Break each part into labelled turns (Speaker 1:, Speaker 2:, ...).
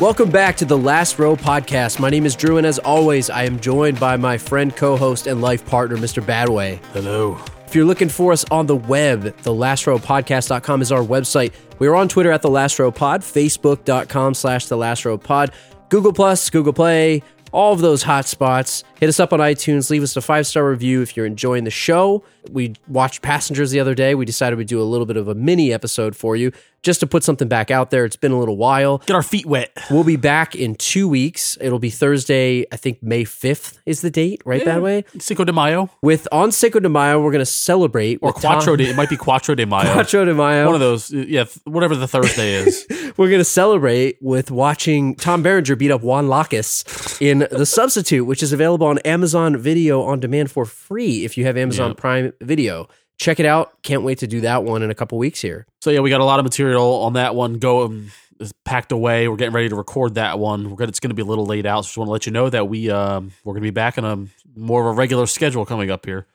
Speaker 1: Welcome back to the Last Row Podcast. My name is Drew, and as always, I am joined by my friend, co host, and life partner, Mr. Badway.
Speaker 2: Hello.
Speaker 1: If you're looking for us on the web, thelastrowpodcast.com is our website. We are on Twitter at the Last Row Pod, Facebook.com slash the Last Row Pod, Google Plus, Google Play, all of those hot spots. Hit us up on iTunes, leave us a five star review if you're enjoying the show. We watched Passengers the other day. We decided we'd do a little bit of a mini episode for you just to put something back out there. It's been a little while.
Speaker 2: Get our feet wet.
Speaker 1: We'll be back in two weeks. It'll be Thursday, I think May 5th is the date, right, That way.
Speaker 2: Cinco de Mayo
Speaker 1: With On Cinco de Mayo, we're going to celebrate.
Speaker 2: or
Speaker 1: with Tom-
Speaker 2: Quattro de. It might be Quattro de Mayo.
Speaker 1: Quattro de Mayo.
Speaker 2: One of those. Yeah, th- whatever the Thursday is.
Speaker 1: We're going to celebrate with watching Tom Berenger beat up Juan Lacus in The Substitute, which is available on Amazon Video on demand for free if you have Amazon Prime Video. Check it out. Can't wait to do that one in a couple weeks here.
Speaker 2: so yeah, we got a lot of material on that one. Go um, is packed away. We're getting ready to record that one. We're gonna, it's going to be a little laid out. So just want to let you know that we um, we're going to be back on a more of a regular schedule coming up here.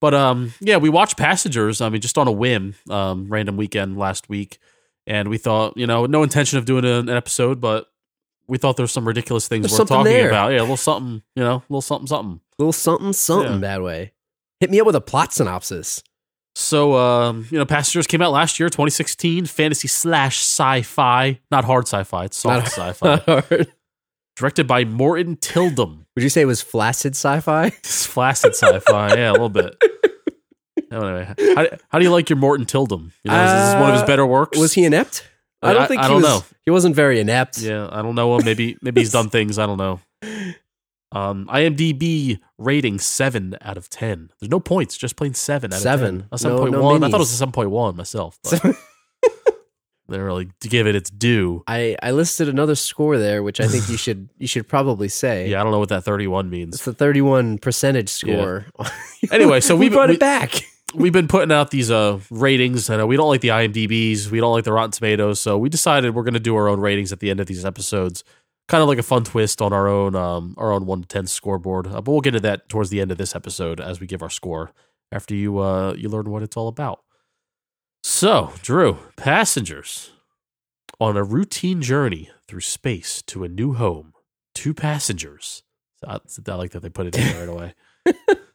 Speaker 2: But um, yeah, we watched Passengers. I mean, just on a whim, um, random weekend last week, and we thought, you know, no intention of doing an, an episode, but we thought there was some ridiculous things
Speaker 1: There's
Speaker 2: worth
Speaker 1: something
Speaker 2: talking
Speaker 1: there.
Speaker 2: about. Yeah, a little something, you know, a little something, something.
Speaker 1: little something, something
Speaker 2: Yeah.
Speaker 1: that way. Hit me up with a plot synopsis.
Speaker 2: So, um, you know, Passengers came out last year, 2016, fantasy slash sci-fi, not hard sci-fi, it's soft sci-fi.
Speaker 1: Hard.
Speaker 2: Directed by Morton Tildum.
Speaker 1: Would you say it was flaccid sci-fi?
Speaker 2: It's flaccid sci-fi, yeah, a little bit. Oh, Anyway, how, how do you like your Morton Tildum? You know, is this one of his
Speaker 1: Uh,
Speaker 2: better works?
Speaker 1: Was he inept? I
Speaker 2: I-
Speaker 1: don't think
Speaker 2: I
Speaker 1: he
Speaker 2: don't
Speaker 1: was.
Speaker 2: know.
Speaker 1: He wasn't very inept.
Speaker 2: Yeah, I don't know. Maybe maybe he's done things. I don't know. Um, IMDb rating seven out of ten. There's no points, just plain seven out
Speaker 1: Seven.
Speaker 2: of ten. A
Speaker 1: No-
Speaker 2: seven point
Speaker 1: no
Speaker 2: one. I thought it was
Speaker 1: minis.
Speaker 2: a seven point one myself. But they are like to give it its due.
Speaker 1: I, I listed another score there, which I think you should you should probably say.
Speaker 2: Yeah, I don't know what that 31
Speaker 1: It's
Speaker 2: means.
Speaker 1: the 31 percentage score.
Speaker 2: Anyway, so
Speaker 1: we
Speaker 2: we've-
Speaker 1: brought
Speaker 2: we-
Speaker 1: it back.
Speaker 2: We've been putting out these uh ratings. I know we don't like the IMDb's, we don't like the Rotten Tomatoes, so we decided we're going to do our own ratings at the end of these episodes. Kind of like a fun twist on our own um our own 1 to 10 scoreboard. Uh, but we'll get to that towards the end of this episode as we give our score after you uh you learn what it's all about. So, Drew, passengers on a routine journey through space to a new home. Two passengers. I, I like that they put it in there right away.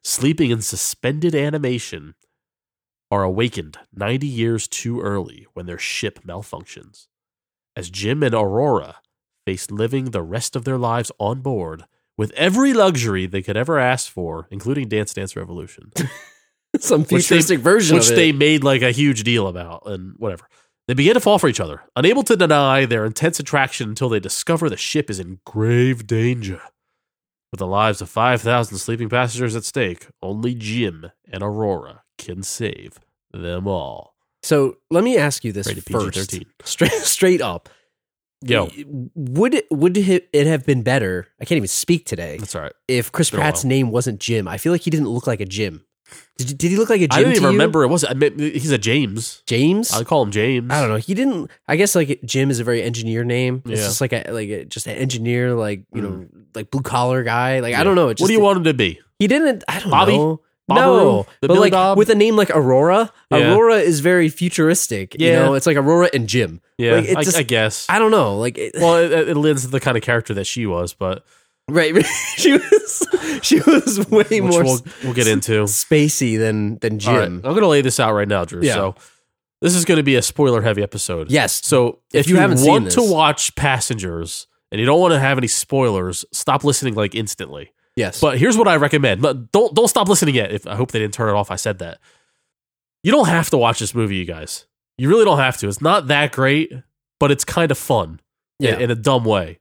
Speaker 2: sleeping in suspended animation, are awakened 90 years too early when their ship malfunctions. As Jim and Aurora face living the rest of their lives on board with every luxury they could ever ask for, including Dance Dance Revolution,
Speaker 1: Some
Speaker 2: they-
Speaker 1: futuristic version
Speaker 2: which
Speaker 1: of it.
Speaker 2: they made like a huge deal about and whatever. They begin to fall for each other, unable to deny their intense attraction until they discover the ship is in grave danger. With the lives of 5,000 sleeping passengers at stake, only Jim and Aurora can save them all.
Speaker 1: so let me ask you this
Speaker 2: Rated
Speaker 1: first.
Speaker 2: PG-13.
Speaker 1: Straight, straight up.
Speaker 2: Yo,
Speaker 1: Would it, would it it have been better? I can't even speak today.
Speaker 2: that's all right.
Speaker 1: If Chris
Speaker 2: been a
Speaker 1: Pratt's
Speaker 2: while.
Speaker 1: name wasn't Jim, I feel like he didn't look like a Jim. Did, you- did he look like a Jim?
Speaker 2: I didn't
Speaker 1: to
Speaker 2: even
Speaker 1: you?
Speaker 2: remember it was. I mean, he's a James.
Speaker 1: James.
Speaker 2: I call him James.
Speaker 1: I don't know. He didn't. I guess like Jim is a very engineer name. It's
Speaker 2: Yeah. Mm.
Speaker 1: just like a like a, just an engineer, like you know, like blue collar guy. Like I
Speaker 2: Yeah.
Speaker 1: don't know. It
Speaker 2: what
Speaker 1: just-
Speaker 2: do you want him to be?
Speaker 1: He didn't. I don't
Speaker 2: Bobby?
Speaker 1: know.
Speaker 2: Bobberoo?
Speaker 1: no,
Speaker 2: The
Speaker 1: but like
Speaker 2: Bill-Bob?
Speaker 1: with a name like Aurora,
Speaker 2: Yeah.
Speaker 1: Aurora is very futuristic. You
Speaker 2: Yeah.
Speaker 1: know, it's like Aurora and Jim.
Speaker 2: Yeah,
Speaker 1: Like, it
Speaker 2: I,
Speaker 1: just-
Speaker 2: I guess.
Speaker 1: I don't know. Like, it,
Speaker 2: well, it, it lends to the kind of character that she was, but
Speaker 1: right? she was she was way
Speaker 2: which
Speaker 1: more
Speaker 2: we'll, we'll get into.
Speaker 1: spacey than than
Speaker 2: All right,
Speaker 1: Jim.
Speaker 2: I'm going to lay this out right now, Drew.
Speaker 1: Yeah.
Speaker 2: So this is going to be a spoiler heavy episode.
Speaker 1: Yes.
Speaker 2: So
Speaker 1: If
Speaker 2: if,
Speaker 1: you
Speaker 2: you,
Speaker 1: haven't seen
Speaker 2: want to
Speaker 1: this-
Speaker 2: watch Passengers and you don't want to have any spoilers, stop listening like instantly.
Speaker 1: Yes,
Speaker 2: But here's what I recommend. But Don't don't stop listening yet. If I hope they didn't turn it off, I said that. You don't have to watch this movie, you guys. You really don't have to. It's not that great, but it's kind of fun in-
Speaker 1: yeah.
Speaker 2: in, a dumb way.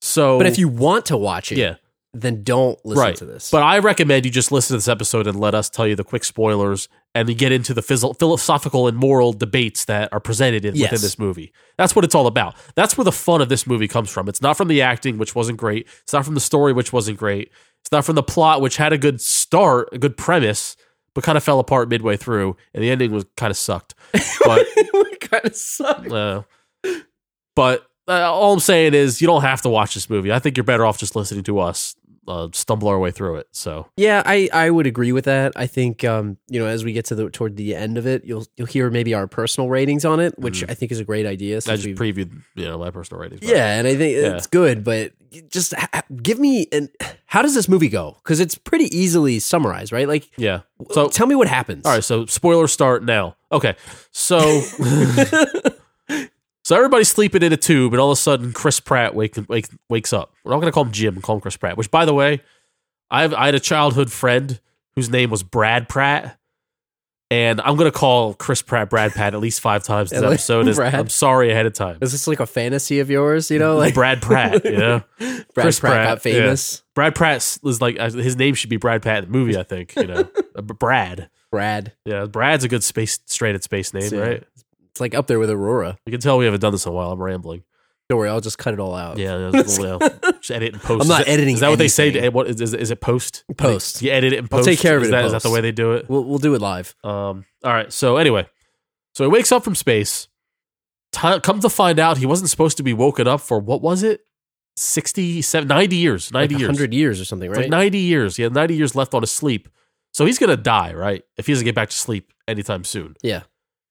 Speaker 2: So,
Speaker 1: but if you want to watch it,
Speaker 2: yeah,
Speaker 1: then don't listen
Speaker 2: Right.
Speaker 1: to this.
Speaker 2: but I recommend you just listen to this episode and let us tell you the quick spoilers and you get into the phys- philosophical and moral debates that are presented in,
Speaker 1: Yes.
Speaker 2: within this movie. That's what it's all about. That's where the fun of this movie comes from. It's not from the acting, which wasn't great. It's not from the story, which wasn't great. It's not from the plot, which had a good start, a good premise, but kind of fell apart midway through, and the ending was kind of sucked. But
Speaker 1: it kind of sucks.
Speaker 2: uh, but uh, all I'm saying is you don't have to watch this movie. I think you're better off just listening to us uh, stumble our way through it. So
Speaker 1: Yeah, I, I would agree with that. I think um, you know, as we get to the toward the end of it, you'll you'll hear maybe our personal ratings on it, which
Speaker 2: Mhm.
Speaker 1: I think is a great idea.
Speaker 2: I
Speaker 1: Since
Speaker 2: just
Speaker 1: we've-
Speaker 2: previewed you know my personal ratings. but-
Speaker 1: yeah, and I think
Speaker 2: Yeah.
Speaker 1: it's good, but just ha- ha- give me an how does this movie go? Because it's pretty easily summarized, right? Like,
Speaker 2: yeah.
Speaker 1: so
Speaker 2: So-
Speaker 1: tell me what happens.
Speaker 2: All right, so spoiler start now. Okay, so so everybody's sleeping in a tube, and all of a sudden Chris Pratt wake, wake, wakes up. We're not going to call him Jim, call him Chris Pratt. Which, by the way, I have I had a childhood friend whose name was Brad Pratt, and I'm going to call Chris Pratt Brad Pat at least five times this
Speaker 1: Yeah, like,
Speaker 2: episode. As,
Speaker 1: Brad.
Speaker 2: I'm sorry ahead of time.
Speaker 1: Is this like a fantasy of yours? You know, like
Speaker 2: Brad Pratt, you know.
Speaker 1: Brad
Speaker 2: Chris
Speaker 1: Pratt,
Speaker 2: Pratt,
Speaker 1: got famous.
Speaker 2: Brad Pratt is like his name should be Brad Pat in the movie. I think you know Brad.
Speaker 1: Brad,
Speaker 2: Yeah, Brad's a good space straight at space name,
Speaker 1: Yeah.
Speaker 2: right?
Speaker 1: it's like up there with Aurora.
Speaker 2: You can tell we haven't done this in a while. I'm rambling.
Speaker 1: Don't worry, I'll just cut it all out.
Speaker 2: Yeah, that was a little, yeah. just edit and post.
Speaker 1: Oh. I'm not
Speaker 2: is that,
Speaker 1: editing
Speaker 2: Is that what they say?
Speaker 1: anything.
Speaker 2: To, what is, is, is it post?
Speaker 1: Post.
Speaker 2: You edit it and
Speaker 1: I'll
Speaker 2: post.
Speaker 1: take care of it
Speaker 2: Is
Speaker 1: in
Speaker 2: that, is that the
Speaker 1: post.
Speaker 2: way they do it?
Speaker 1: We'll we'll do it live.
Speaker 2: Um. All right. So anyway, so he wakes up from space. Ti come to find out, he wasn't supposed to be woken up for what was it? 60, 70, 90 years. Ninety
Speaker 1: Like
Speaker 2: years.
Speaker 1: 100 years or something,
Speaker 2: It's
Speaker 1: right?
Speaker 2: Like ninety years. He had ninety years left on his sleep. So he's gonna die, right? If he doesn't get back to sleep anytime soon.
Speaker 1: Yeah.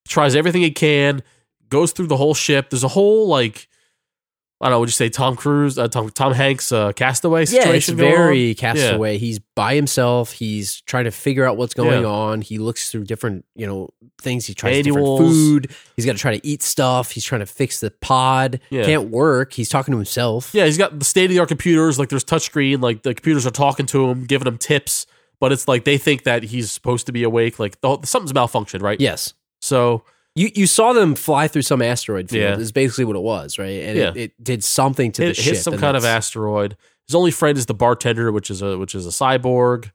Speaker 2: Tries everything he can, goes through the whole ship. There's a whole like I don't know, would you say Tom Cruise, uh, Tom Tom Hanks uh, castaway
Speaker 1: yeah, it's
Speaker 2: situation? going on?
Speaker 1: very castaway. He's by himself. He's trying to figure out what's going
Speaker 2: Yeah.
Speaker 1: on. He looks through different, you know, things. He tries different
Speaker 2: Manuals.
Speaker 1: food. He's got to try to eat stuff. He's trying to fix the pod.
Speaker 2: Yeah.
Speaker 1: Can't work. He's talking to himself.
Speaker 2: Yeah, he's got the state of the art computers. Like there's touchscreen. Like the computers are talking to him, giving him tips. But it's like they think that he's supposed to be awake. Like the whole, something's malfunctioned, right?
Speaker 1: Yes.
Speaker 2: So
Speaker 1: You you saw them fly through some asteroid field.
Speaker 2: Yeah.
Speaker 1: Is basically what it was, right? And it,
Speaker 2: Yeah.
Speaker 1: it did something to the
Speaker 2: hit, hit
Speaker 1: ship.
Speaker 2: some
Speaker 1: and
Speaker 2: kind of
Speaker 1: that's-
Speaker 2: asteroid. His only friend is the bartender, which is a which is a cyborg.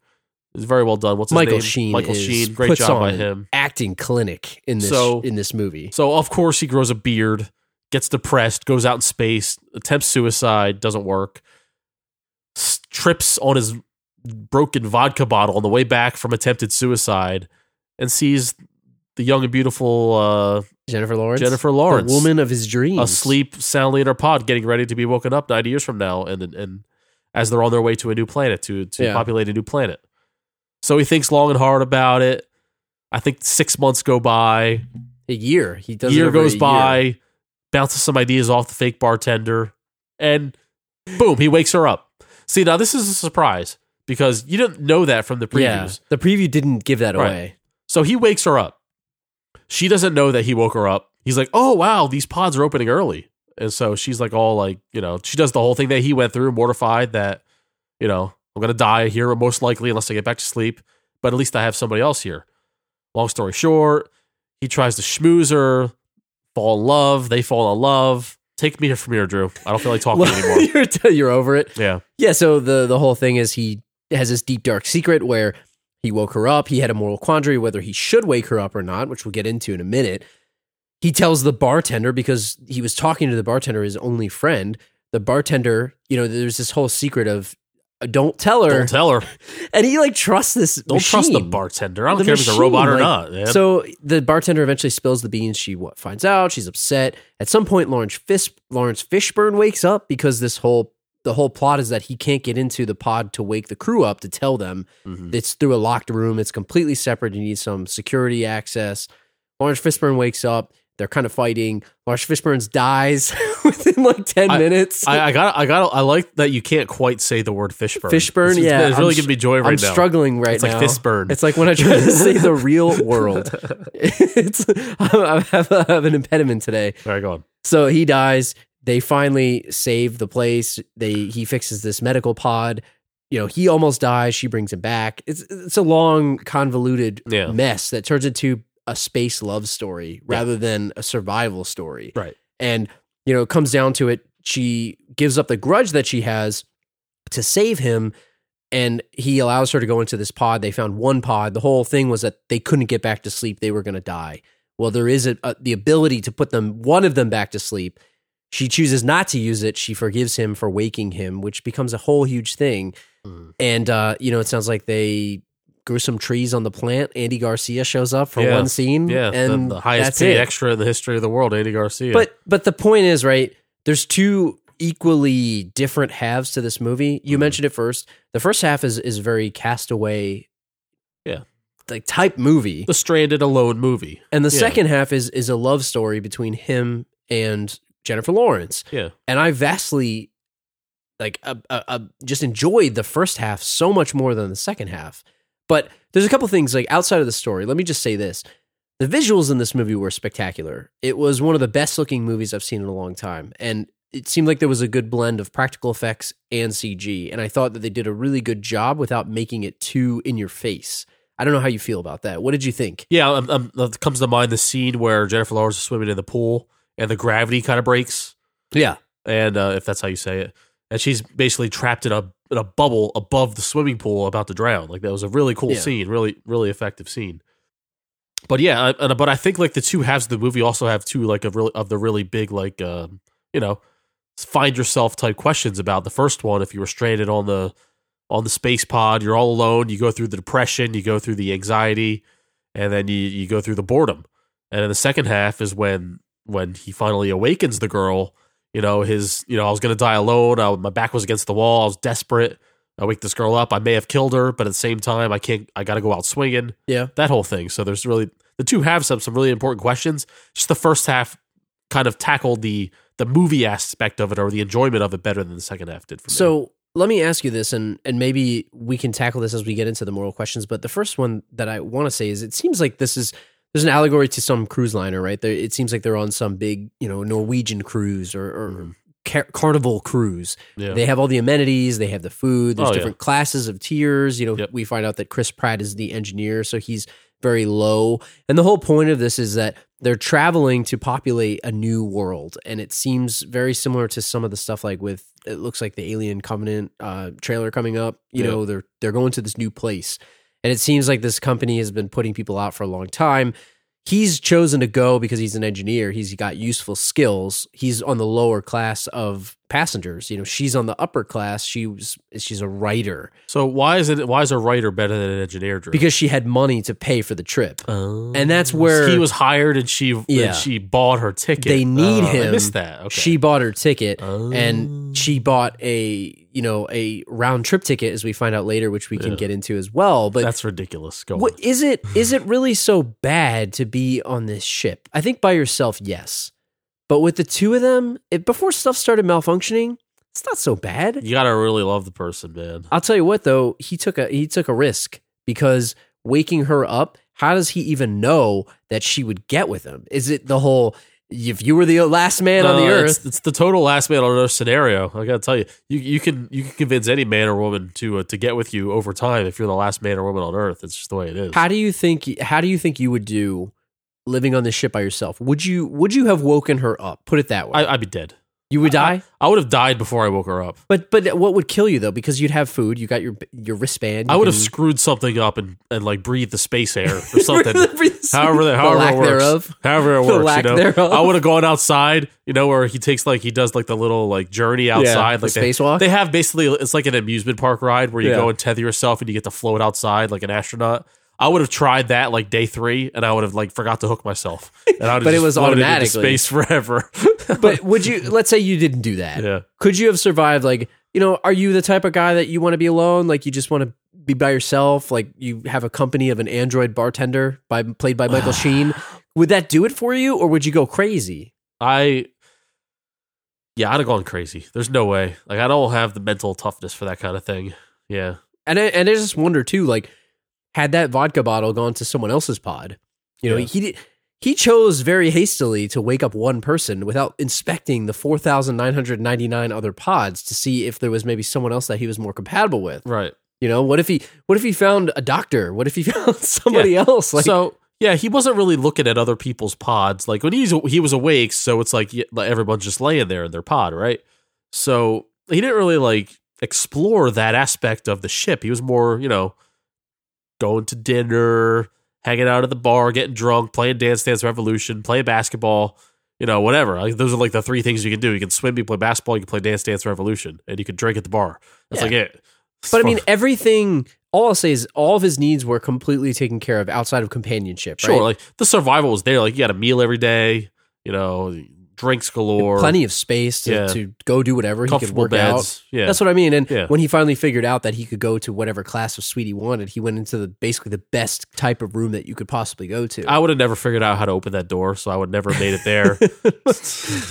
Speaker 2: It's very well done. What's his
Speaker 1: Michael
Speaker 2: name?
Speaker 1: Sheen.
Speaker 2: Michael
Speaker 1: is-
Speaker 2: Sheen. Great
Speaker 1: puts
Speaker 2: job
Speaker 1: on
Speaker 2: by
Speaker 1: an
Speaker 2: him.
Speaker 1: Acting clinic in this
Speaker 2: So-
Speaker 1: in this movie.
Speaker 2: So of course he grows a beard, gets depressed, goes out in space, attempts suicide, doesn't work. S- trips on his broken vodka bottle on the way back from attempted suicide, and sees the young and beautiful uh,
Speaker 1: Jennifer Lawrence.
Speaker 2: Jennifer Lawrence,
Speaker 1: the woman of his dreams,
Speaker 2: asleep soundly in her pod, getting ready to be woken up 90 years from now, and and as they're on their way to a new planet to to
Speaker 1: Yeah.
Speaker 2: populate a new planet. So he thinks long and hard about it. I think six months go by,
Speaker 1: A year. He does. it
Speaker 2: year
Speaker 1: over a
Speaker 2: goes by, bounces some ideas off the fake bartender, and boom, he wakes her up. See, now this is a surprise because you didn't know that from the previews.
Speaker 1: Yeah, the preview didn't give that
Speaker 2: Right.
Speaker 1: away.
Speaker 2: So he wakes her up. She doesn't know that he woke her up. He's like, "Oh wow, these pods are opening early," and so she's like, all like, you know, she does the whole thing that he went through, mortified that, you know, I'm gonna die here most likely unless I get back to sleep. But at least I have somebody else here. Long story short, he tries to schmooze her, fall in love. They fall in love. Take me from here, Drew. I don't feel like talking anymore.
Speaker 1: you're, you're over it.
Speaker 2: Yeah,
Speaker 1: Yeah. So the the whole thing is he has this deep dark secret where he woke her up. He had a moral quandary whether he should wake her up or not, which we'll get into in a minute. He tells the bartender because he was talking to the bartender, his only friend. The bartender, you know, there's this whole secret of uh, don't tell her,
Speaker 2: don't tell her.
Speaker 1: and he like trusts this.
Speaker 2: Don't trust the
Speaker 1: machine.
Speaker 2: bartender. I don't
Speaker 1: The
Speaker 2: care if he's a
Speaker 1: machine,
Speaker 2: robot
Speaker 1: like-
Speaker 2: or not. man.
Speaker 1: So the bartender eventually spills the beans. She what finds out. She's upset. At some point, Lawrence Fish Lawrence Fishburne wakes up because this whole the whole plot is that he can't get into the pod to wake the crew up to tell them
Speaker 2: Mhm.
Speaker 1: it's through a locked room. It's completely separate. You need some security access. Lawrence Fishburne wakes up. They're kind of fighting. Lawrence Fishburne dies within like ten minutes.
Speaker 2: I, I got. I got. I like that you can't quite say the word fishburn.
Speaker 1: Fishburn,
Speaker 2: It's- it's,
Speaker 1: yeah,
Speaker 2: it's
Speaker 1: I'm
Speaker 2: really
Speaker 1: str-
Speaker 2: giving me joy right
Speaker 1: I'm
Speaker 2: now.
Speaker 1: struggling right
Speaker 2: It's
Speaker 1: now.
Speaker 2: like fishburn.
Speaker 1: It's like when I try to say the real world. It's I have, I have an impediment today.
Speaker 2: All right, go on.
Speaker 1: So he dies. They finally save the place. They he fixes this medical pod. You know, he almost dies. She brings him back. It's it's a long, convoluted
Speaker 2: Yeah.
Speaker 1: mess that turns into a space love story rather than a survival story.
Speaker 2: Right.
Speaker 1: And you know, it comes down to it. She gives up the grudge that she has to save him, and he allows her to go into this pod. They found one pod. The whole thing was that they couldn't get back to sleep. They were going to die. Well, there is a, a, the ability to put them one of them back to sleep. She chooses not to use it. She forgives him for waking him, which becomes a whole huge thing.
Speaker 2: Mm.
Speaker 1: And uh, you know, it sounds like they grew some trees on the plant. Andy Garcia shows up for
Speaker 2: Yeah.
Speaker 1: one scene,
Speaker 2: Yeah,
Speaker 1: and
Speaker 2: the, the highest
Speaker 1: that's
Speaker 2: paid
Speaker 1: it.
Speaker 2: extra in the history of the world, Andy Garcia.
Speaker 1: But but the point is, right? There's two equally different halves to this movie. You
Speaker 2: Mhm.
Speaker 1: mentioned it first. The first half is is very castaway,
Speaker 2: Yeah.
Speaker 1: like type movie,
Speaker 2: the stranded alone movie.
Speaker 1: and the
Speaker 2: Yeah.
Speaker 1: second half is is a love story between him and Jennifer Lawrence.
Speaker 2: Yeah.
Speaker 1: and I vastly like uh, uh, uh, just enjoyed the first half so much more than the second half. But there's a couple things like outside of the story. Let me just say this: the visuals in this movie were spectacular. It was one of the best looking movies I've seen in a long time, and it seemed like there was a good blend of practical effects and CG. And I thought that they did a really good job without making it too in your face. I don't know how you feel about that. What did you think?
Speaker 2: Yeah, um, um, that comes to mind the scene where Jennifer Lawrence is swimming in the pool and the gravity kind of breaks,
Speaker 1: Yeah,
Speaker 2: and uh, if that's how you say it, and she's basically trapped in a in a bubble above the swimming pool, about to drown. Like that was a really cool
Speaker 1: Yeah.
Speaker 2: scene, really really effective scene. But yeah, I- and, but I think like the two halves of the movie also have two like of really of the really big like um, you know find yourself type questions about the first one if you were stranded on the on the space pod you're all alone you go through the depression you go through the anxiety and then you, you go through the boredom and in the second half is when when he finally awakens the girl you know his you know i was gonna die alone I, my back was against the wall i was desperate i wake this girl up i may have killed her but at the same time i can't i gotta go out swinging
Speaker 1: Yeah.
Speaker 2: that whole thing so there's really the two halves have some really important questions just the first half kind of tackled the the movie aspect of it or the enjoyment of it better than the second half did for me.
Speaker 1: So let me ask you this, and and maybe we can tackle this as we get into the moral questions. But the first one that I want to say is, it seems like this is there's an allegory to some cruise liner, right? There, it seems like they're on some big, you know, Norwegian cruise or, or
Speaker 2: Mm-hmm.
Speaker 1: car- carnival cruise.
Speaker 2: yeah.
Speaker 1: They have all the amenities, they have the food. There's
Speaker 2: Oh, yeah.
Speaker 1: different classes of tiers. You know,
Speaker 2: Yep.
Speaker 1: we find out that Chris Pratt is the engineer, so he's very low. And the whole point of this is that they're traveling to populate a new world, and it seems very similar to some of the stuff like with it looks like the Alien Covenant uh, trailer coming up. You
Speaker 2: Yeah.
Speaker 1: know, they're they're going to this new place, and it seems like this company has been putting people out for a long time. He's chosen to go because he's an engineer. He's got useful skills. He's on the lower class of passengers. You know, she's on the upper class. She was she's a writer
Speaker 2: so why is it why is a writer better than an engineer? Drew?
Speaker 1: because she had money to pay for the trip.
Speaker 2: Oh.
Speaker 1: And that's where-
Speaker 2: he was hired, and she and
Speaker 1: Yeah.
Speaker 2: she bought her ticket.
Speaker 1: They need
Speaker 2: Oh, I
Speaker 1: him.
Speaker 2: missed that. Okay.
Speaker 1: She bought her ticket
Speaker 2: Oh.
Speaker 1: and she bought a you know a round trip ticket as we find out later, which we can
Speaker 2: Yeah.
Speaker 1: get into as well. But
Speaker 2: that's ridiculous. Go
Speaker 1: What
Speaker 2: on.
Speaker 1: is it? Is it really so bad to be on this ship? I think by yourself, yes, but with the two of them, it, before stuff started malfunctioning, it's not so bad.
Speaker 2: You gotta really love the person, man.
Speaker 1: I'll tell you what, though, he took a he took a risk because waking her up. How does he even know that she would get with him? Is it the whole if you were the last man on
Speaker 2: No,
Speaker 1: the
Speaker 2: Oh, Uh, it's-
Speaker 1: earth?
Speaker 2: it's, the total last man on earth scenario. I gotta tell you, you you can you can convince any man or woman to uh, to get with you over time if you're the last man or woman on earth. It's just the way it is.
Speaker 1: How do you think? How do you think you would do? Living on this ship by yourself, would you would you have woken her up? Put it that way,
Speaker 2: I, I'd be dead.
Speaker 1: you would die.
Speaker 2: I would have died before I woke her up.
Speaker 1: But but what would kill you though? Because you'd have food, you got your your wristband.
Speaker 2: I
Speaker 1: you
Speaker 2: would have
Speaker 1: can-
Speaker 2: screwed something up and, and like breathed the space air or something.
Speaker 1: The
Speaker 2: however, that, however
Speaker 1: lack
Speaker 2: it works.
Speaker 1: thereof.
Speaker 2: However it
Speaker 1: The
Speaker 2: works.
Speaker 1: lack
Speaker 2: you know?
Speaker 1: thereof.
Speaker 2: I would have gone outside. You know where he takes like he does like the little like journey outside,
Speaker 1: the
Speaker 2: like they-
Speaker 1: spacewalk?
Speaker 2: They have basically it's like an amusement park ride where you
Speaker 1: Yeah.
Speaker 2: go and tether yourself and you get to float outside like an astronaut. I would have tried that like day three, and I would have like forgot to hook myself, and I would have
Speaker 1: But it
Speaker 2: just
Speaker 1: was
Speaker 2: floated into
Speaker 1: automatically.
Speaker 2: space forever.
Speaker 1: But would you? Let's say you didn't do that.
Speaker 2: yeah,
Speaker 1: Could you have survived? Like you know, are you the type of guy that you want to be alone? Like you just want to be by yourself? Like you have a company of an android bartender by played by Michael Sheen? Would that do it for you, or would you go crazy?
Speaker 2: I. Yeah, I'd have gone crazy. There's no way. Like I don't have the mental toughness for that kind of thing. Yeah.
Speaker 1: And I, and I just wonder too, like, had that vodka bottle gone to someone else's pod? You know,
Speaker 2: Yeah.
Speaker 1: he did, he chose very hastily to wake up one person without inspecting the four thousand nine hundred ninety nine other pods to see if there was maybe someone else that he was more compatible with.
Speaker 2: Right.
Speaker 1: You know, what if he what if he found a doctor? What if he found somebody else? Like,
Speaker 2: so yeah, he wasn't really looking at other people's pods. Like when he's he was awake, so it's like yeah, like, everyone's just laying there in their pod, right? So he didn't really like explore that aspect of the ship. He was more, you know, going to dinner, hanging out at the bar, getting drunk, playing Dance Dance Revolution, playing basketball, you know, whatever. Like those are like the three things you can do. You can swim, you can play basketball, you can play Dance Dance Revolution, and you can drink at the bar. That's
Speaker 1: Yeah.
Speaker 2: like it.
Speaker 1: but I mean, everything. All I'll say is, all of his needs were completely taken care of outside of companionship.
Speaker 2: Sure,
Speaker 1: right?
Speaker 2: like the survival was there. Like you got a meal every day, you know, drinks galore,
Speaker 1: plenty of space to,
Speaker 2: Yeah.
Speaker 1: to go do whatever he could
Speaker 2: comfortable
Speaker 1: work out.
Speaker 2: beds. Yeah,
Speaker 1: That's what I mean. And
Speaker 2: Yeah.
Speaker 1: when he finally figured out that he could go to whatever class of suite he wanted, he went into the basically the best type of room that you could possibly go to.
Speaker 2: I would have never figured out how to open that door, so I would never have made it there.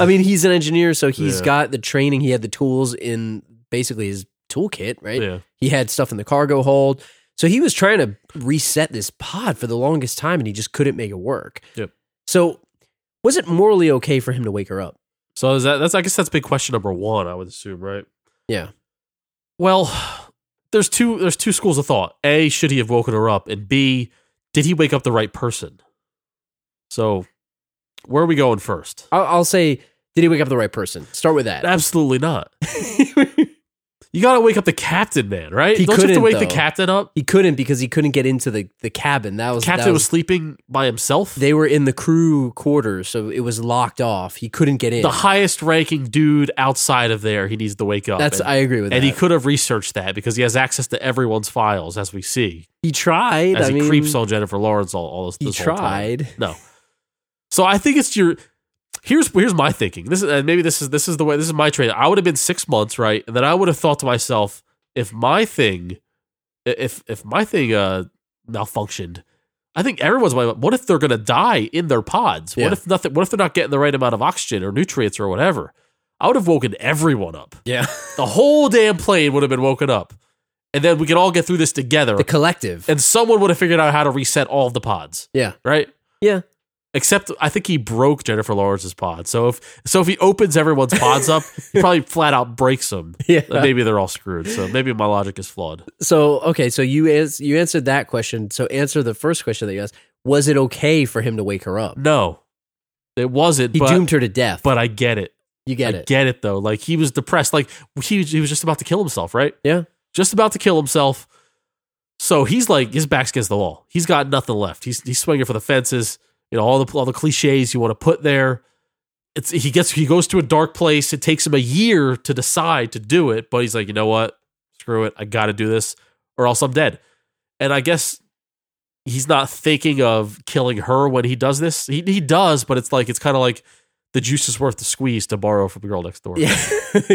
Speaker 1: I mean, he's an engineer, so he's
Speaker 2: Yeah.
Speaker 1: got the training. He had the tools in basically his toolkit, right?
Speaker 2: yeah,
Speaker 1: He had stuff in the cargo hold. So he was trying to reset this pod for the longest time and he just couldn't make it work.
Speaker 2: Yep.
Speaker 1: So was it morally okay for him to wake her up?
Speaker 2: so is that that's I guess that's big question number one. I would assume, right?
Speaker 1: Yeah.
Speaker 2: Well, there's two there's two schools of thought. A, should he have woken her up, and B, did he wake up the right person? So, where are we going first?
Speaker 1: I'll, I'll say, did he wake up the right person? Start with that.
Speaker 2: Absolutely not. You got to wake up the captain, man. Right?
Speaker 1: He
Speaker 2: Don't you have to
Speaker 1: couldn't,
Speaker 2: wake the
Speaker 1: though.
Speaker 2: captain up?
Speaker 1: he couldn't because he couldn't get into the, the cabin. That was, that
Speaker 2: Captain was,
Speaker 1: was-
Speaker 2: sleeping by himself.
Speaker 1: they were in the crew quarters, so it was locked off. He couldn't get in.
Speaker 2: the highest ranking dude outside of there, he needs to wake up.
Speaker 1: That's
Speaker 2: and,
Speaker 1: I agree with
Speaker 2: and
Speaker 1: that.
Speaker 2: he could have researched that because he has access to everyone's files, as we see,
Speaker 1: he tried.
Speaker 2: as
Speaker 1: I
Speaker 2: he
Speaker 1: mean,
Speaker 2: creeps on Jennifer Lawrence all, all this.
Speaker 1: he
Speaker 2: this whole time.
Speaker 1: tried.
Speaker 2: No. So I think it's your. Here's here's my thinking. This is and maybe this is this is the way this is my trade. I would have been six months right, and then I would have thought to myself, if my thing, if if my thing uh malfunctioned, I think everyone's like, what if they're gonna die in their pods?
Speaker 1: Yeah.
Speaker 2: What if nothing? What if they're not getting the right amount of oxygen or nutrients or whatever? I would have woken everyone up.
Speaker 1: Yeah,
Speaker 2: The whole damn plane would have been woken up, and then we could all get through this together.
Speaker 1: the collective.
Speaker 2: and someone would have figured out how to reset all of the pods
Speaker 1: Yeah,
Speaker 2: right?
Speaker 1: Yeah.
Speaker 2: Except I think he broke Jennifer Lawrence's pod. So if so if he opens everyone's pods up, he probably flat out breaks them.
Speaker 1: yeah.
Speaker 2: Then Maybe they're all screwed. So maybe my logic is flawed.
Speaker 1: So okay, so you ans- you answered that question. So answer the first question that you asked: Was it okay for him to wake her up?
Speaker 2: No. It wasn't,
Speaker 1: He
Speaker 2: but
Speaker 1: doomed her to death.
Speaker 2: but I get it.
Speaker 1: you get
Speaker 2: I
Speaker 1: it.
Speaker 2: get it though. Like he was depressed. Like he he was just about to kill himself, right?
Speaker 1: Yeah.
Speaker 2: Just about to kill himself. So he's like his back's against the wall. He's got nothing left. He's he's swinging for the fences. You know all the all the cliches you want to put there. It's he gets he goes to a dark place. It takes him a year to decide to do it, but he's like, you know what? Screw it. I got to do this, or else I'm dead. And I guess he's not thinking of killing her when he does this. He he does, but it's like it's kind of like the juice is worth the squeeze to borrow from the girl next door.
Speaker 1: Yeah,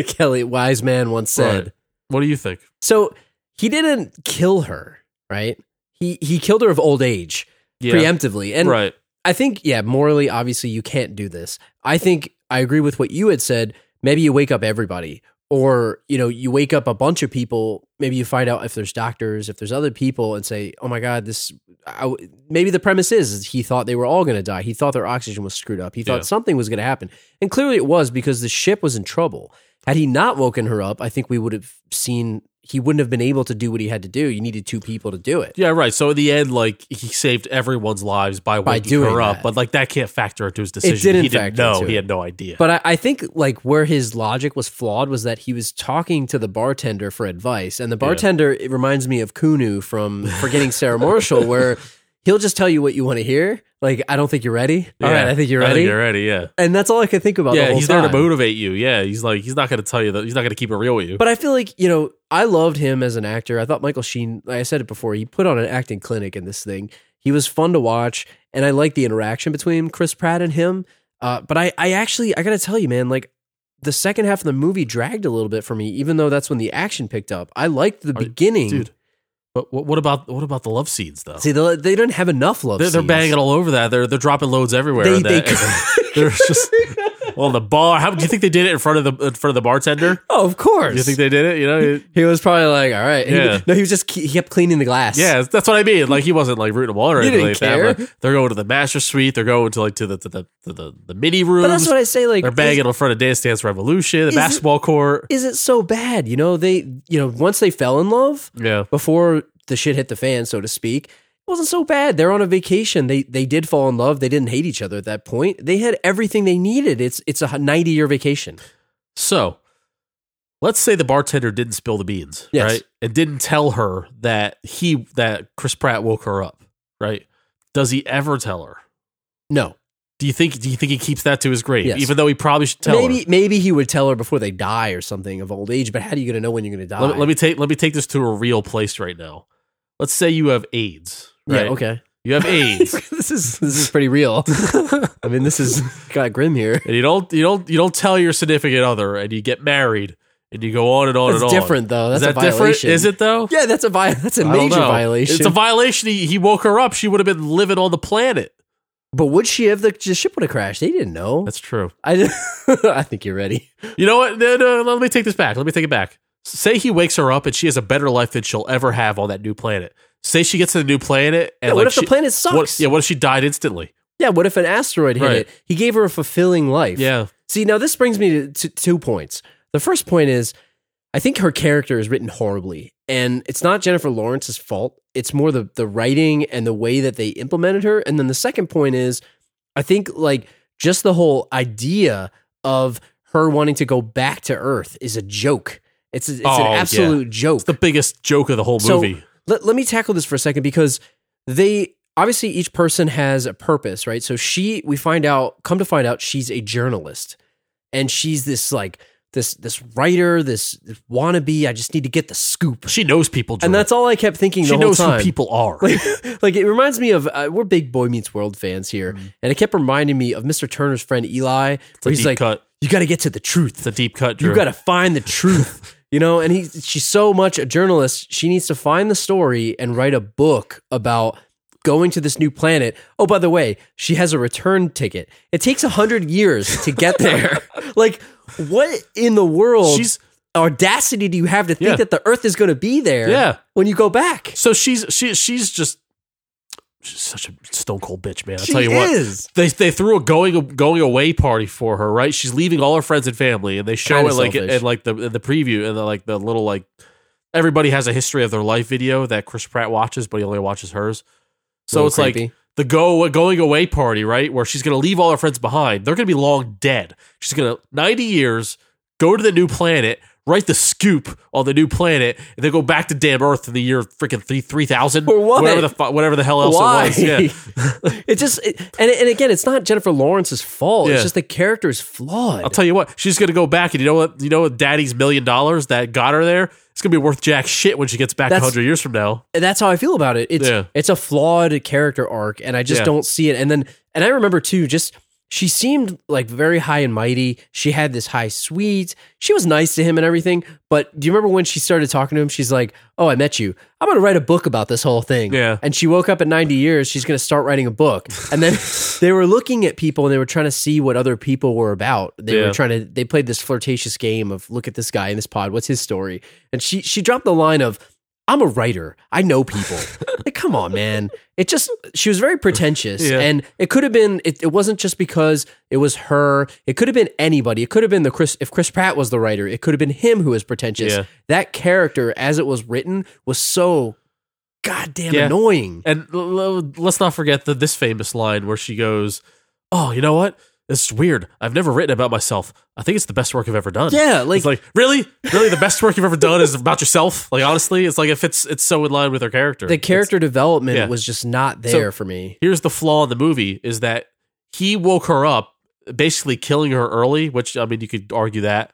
Speaker 1: Kelly, wise man once said.
Speaker 2: Right. What do you think?
Speaker 1: So he didn't kill her, right? He he killed her of old age preemptively, and
Speaker 2: right.
Speaker 1: I think, yeah, morally, obviously, you can't do this. I think I agree with what you had said. Maybe you wake up everybody, or you know, you wake up a bunch of people. Maybe you find out if there's doctors, if there's other people, and say, "Oh my God, this." I w maybe the premise is, is he thought they were all going to die. He thought their oxygen was screwed up. He thought
Speaker 2: Yeah.
Speaker 1: something was going to happen, and clearly it was because the ship was in trouble. Had he not woken her up, I think we would have seen he wouldn't have been able to do what he had to do. You needed two people to do it.
Speaker 2: Yeah, right. So in the end, like he saved everyone's lives by waking
Speaker 1: doing
Speaker 2: her up,
Speaker 1: that.
Speaker 2: but like that can't factor into his decision.
Speaker 1: didn't
Speaker 2: he didn't
Speaker 1: factor
Speaker 2: know.
Speaker 1: into
Speaker 2: He
Speaker 1: it.
Speaker 2: had no idea.
Speaker 1: But I, I think like where his logic was flawed was that he was talking to the bartender for advice, and the bartender it reminds me of Kunu from Forgetting Sarah Marshall, where he'll just tell you what you want to hear. Like, I don't think you're ready. All right,
Speaker 2: Yeah.
Speaker 1: I think you're
Speaker 2: I
Speaker 1: ready.
Speaker 2: think you're ready. Yeah.
Speaker 1: and that's all I could think about. the
Speaker 2: Yeah.
Speaker 1: whole
Speaker 2: He's
Speaker 1: time.
Speaker 2: there to motivate you. Yeah. He's like he's not going to tell you that. He's not going to keep it real with you.
Speaker 1: But I feel like you know, I loved him as an actor. I thought Michael Sheen. Like I said it before. He put on an acting clinic in this thing. He was fun to watch, and I liked the interaction between Chris Pratt and him. Uh, but I, I actually, I gotta tell you, man, like the second half of the movie dragged a little bit for me, even though that's when the action picked up. I liked the
Speaker 2: Are you-
Speaker 1: beginning.
Speaker 2: dude. But what, what about what about the love scenes though?
Speaker 1: See, they, they didn't have enough love.
Speaker 2: they're, they're
Speaker 1: scenes.
Speaker 2: banging all over that. They're they're dropping loads everywhere.
Speaker 1: They,
Speaker 2: in
Speaker 1: they
Speaker 2: that- There's just well the bar. How do you think they did it in front of the in front of the bartender?
Speaker 1: oh, of course.
Speaker 2: You think they did it? You know, it-
Speaker 1: he was probably like, all right. He-
Speaker 2: Yeah.
Speaker 1: no, he was just he kept cleaning the glass.
Speaker 2: yeah, that's what I mean. Like he wasn't like rooting them on or
Speaker 1: You
Speaker 2: anything
Speaker 1: didn't
Speaker 2: like
Speaker 1: care.
Speaker 2: that. But they're going to the master suite. They're going to like to the to the to the, the mini rooms.
Speaker 1: But that's what I say. Like
Speaker 2: they're banging in front of Dance Dance Revolution, the
Speaker 1: Is it-
Speaker 2: basketball court.
Speaker 1: is it so bad? You know, they, you know, once they fell in love
Speaker 2: Yeah,
Speaker 1: before the shit hit the fan, so to speak, it wasn't so bad. They're on a vacation. They they did fall in love. They didn't hate each other at that point. They had everything they needed. It's it's a 90 year vacation.
Speaker 2: So let's say the bartender didn't spill the beans,
Speaker 1: Yes.
Speaker 2: right? And didn't tell her that he that Chris Pratt woke her up, right? Does he ever tell her?
Speaker 1: No.
Speaker 2: Do you think do you think he keeps that to his grave?
Speaker 1: Yes.
Speaker 2: Even though he probably should tell
Speaker 1: maybe
Speaker 2: her.
Speaker 1: maybe he would tell her before they die or something of old age, but how are you going to know when you're going to die?
Speaker 2: Let, me- let me take let me take this to a real place right now. Let's say you have AIDS,
Speaker 1: yeah,
Speaker 2: right?
Speaker 1: okay.
Speaker 2: You have AIDS.
Speaker 1: this is this is pretty real. I mean, this is got grim here.
Speaker 2: and you don't you don't you don't tell your significant other and you get married and you go on and on
Speaker 1: That's
Speaker 2: and on.
Speaker 1: different though.
Speaker 2: Is
Speaker 1: That's
Speaker 2: that
Speaker 1: a violation.
Speaker 2: different? Is it though?
Speaker 1: Yeah, that's a vi- That's a
Speaker 2: I don't
Speaker 1: major
Speaker 2: know.
Speaker 1: violation.
Speaker 2: It's a violation. He, he woke her up. She would have been living on the planet.
Speaker 1: but would she have the, the ship would have crashed? They didn't know.
Speaker 2: That's true.
Speaker 1: I I think you're ready.
Speaker 2: You know what? No, no, let me take this back. Let me take it back. Say he wakes her up and she has a better life than she'll ever have on that new planet. Say she gets to the new planet and
Speaker 1: Yeah, what
Speaker 2: like
Speaker 1: if
Speaker 2: she,
Speaker 1: the planet sucks?
Speaker 2: what, yeah, what if she died instantly?
Speaker 1: Yeah, what if an asteroid hit
Speaker 2: Right.
Speaker 1: it? He gave her a fulfilling life.
Speaker 2: Yeah,
Speaker 1: See, now this brings me to, to two points. The first point is I think her character is written horribly, and it's not Jennifer Lawrence's fault. It's more the the writing and the way that they implemented her. And then the second point is I think like just the whole idea of her wanting to go back to Earth is a joke. It's a, it's
Speaker 2: Oh,
Speaker 1: an
Speaker 2: yeah.
Speaker 1: absolute joke
Speaker 2: the biggest joke of the whole
Speaker 1: So-
Speaker 2: movie.
Speaker 1: let, let me tackle this for a second because they obviously each person has a purpose, right? So she, we find out, come to find out, she's a journalist, and she's this like this this writer, this, this wannabe. I just need to get the scoop,
Speaker 2: She knows people, Jordan.
Speaker 1: and that's all I kept thinking. The
Speaker 2: she
Speaker 1: whole
Speaker 2: knows
Speaker 1: time.
Speaker 2: who people are.
Speaker 1: like it reminds me of uh, we're big Boy Meets World fans here, and it kept reminding me of Mr. Turner's friend Eli,
Speaker 2: Mm-hmm. it's a
Speaker 1: where
Speaker 2: deep
Speaker 1: he's like,
Speaker 2: cut.
Speaker 1: "You got to get to the truth."
Speaker 2: It's a deep cut. Drew.
Speaker 1: you got to find the truth you know and he she's so much a journalist she needs to find the story and write a book about going to this new planet oh by the way she has a return ticket it takes 100 years to get there like what in the world
Speaker 2: She's
Speaker 1: audacity do you have to think
Speaker 2: Yeah.
Speaker 1: that the earth is going to be there
Speaker 2: yeah.
Speaker 1: when you go back
Speaker 2: So she's she she's just she's such a stone cold bitch, man. I'll
Speaker 1: she
Speaker 2: tell you what.
Speaker 1: is
Speaker 2: They they threw a going going away party for her, right? She's leaving all her friends and family, and they show
Speaker 1: Kinda
Speaker 2: it like
Speaker 1: selfish.
Speaker 2: and like the the preview and the, like the little like everybody has a history of their life video that Chris Pratt watches, but he only watches hers. So
Speaker 1: Little
Speaker 2: it's like
Speaker 1: creepy.
Speaker 2: the go going away party, right? Where she's gonna leave all her friends behind. They're gonna be long dead. She's gonna ninety years, go to the new planet, write the scoop on the new planet, and then go back to damn Earth in the year freaking three three thousand,
Speaker 1: For what?
Speaker 2: whatever the fu- whatever the hell else
Speaker 1: why?
Speaker 2: it was. Yeah.
Speaker 1: it just it, and and again, it's not Jennifer Lawrence's fault.
Speaker 2: Yeah.
Speaker 1: It's just the character is flawed.
Speaker 2: I'll tell you what, she's gonna go back, and you know what? You know what? Daddy's million dollars that got her there. It's gonna be worth jack shit when she gets back a
Speaker 1: That's-
Speaker 2: hundred years from now.
Speaker 1: And that's how I feel about it. It's
Speaker 2: Yeah.
Speaker 1: it's a flawed character arc, and I just
Speaker 2: Yeah.
Speaker 1: don't see it. And then and I remember too, just she seemed like very high and mighty. She had this high sweet. She was nice to him and everything. But do you remember when she started talking to him? She's like, "Oh, I met you. I'm gonna write a book about this whole thing."
Speaker 2: Yeah.
Speaker 1: And she woke up at 90 years. She's gonna start writing a book. And then they were looking at people and they were trying to see what other people were about. They
Speaker 2: Yeah.
Speaker 1: were trying to. They played this flirtatious game of look at this guy in this pod. What's his story? And she she dropped the line of. I'm a writer. I know people. like, come on, man. It just she was very pretentious,
Speaker 2: Yeah.
Speaker 1: and it could have been. It, it wasn't just because it was her. It could have been anybody. It could have been the Chris. If Chris Pratt was the writer, it could have been him who was pretentious.
Speaker 2: Yeah.
Speaker 1: That character, as it was written, was so goddamn
Speaker 2: Yeah.
Speaker 1: annoying.
Speaker 2: And l- l- let's not forget the this famous line where she goes, "Oh, you know what? This is weird. I've never written about myself. I think it's the best work I've ever done."
Speaker 1: Yeah, like,
Speaker 2: it's like really, really, the best work you've ever done is about yourself. Like honestly, it's like if it's it's so in line with her character.
Speaker 1: the character development
Speaker 2: yeah.
Speaker 1: was just not there for me.
Speaker 2: Here's the flaw in the movie is that he woke her up, basically killing her early. Which I mean, you could argue that,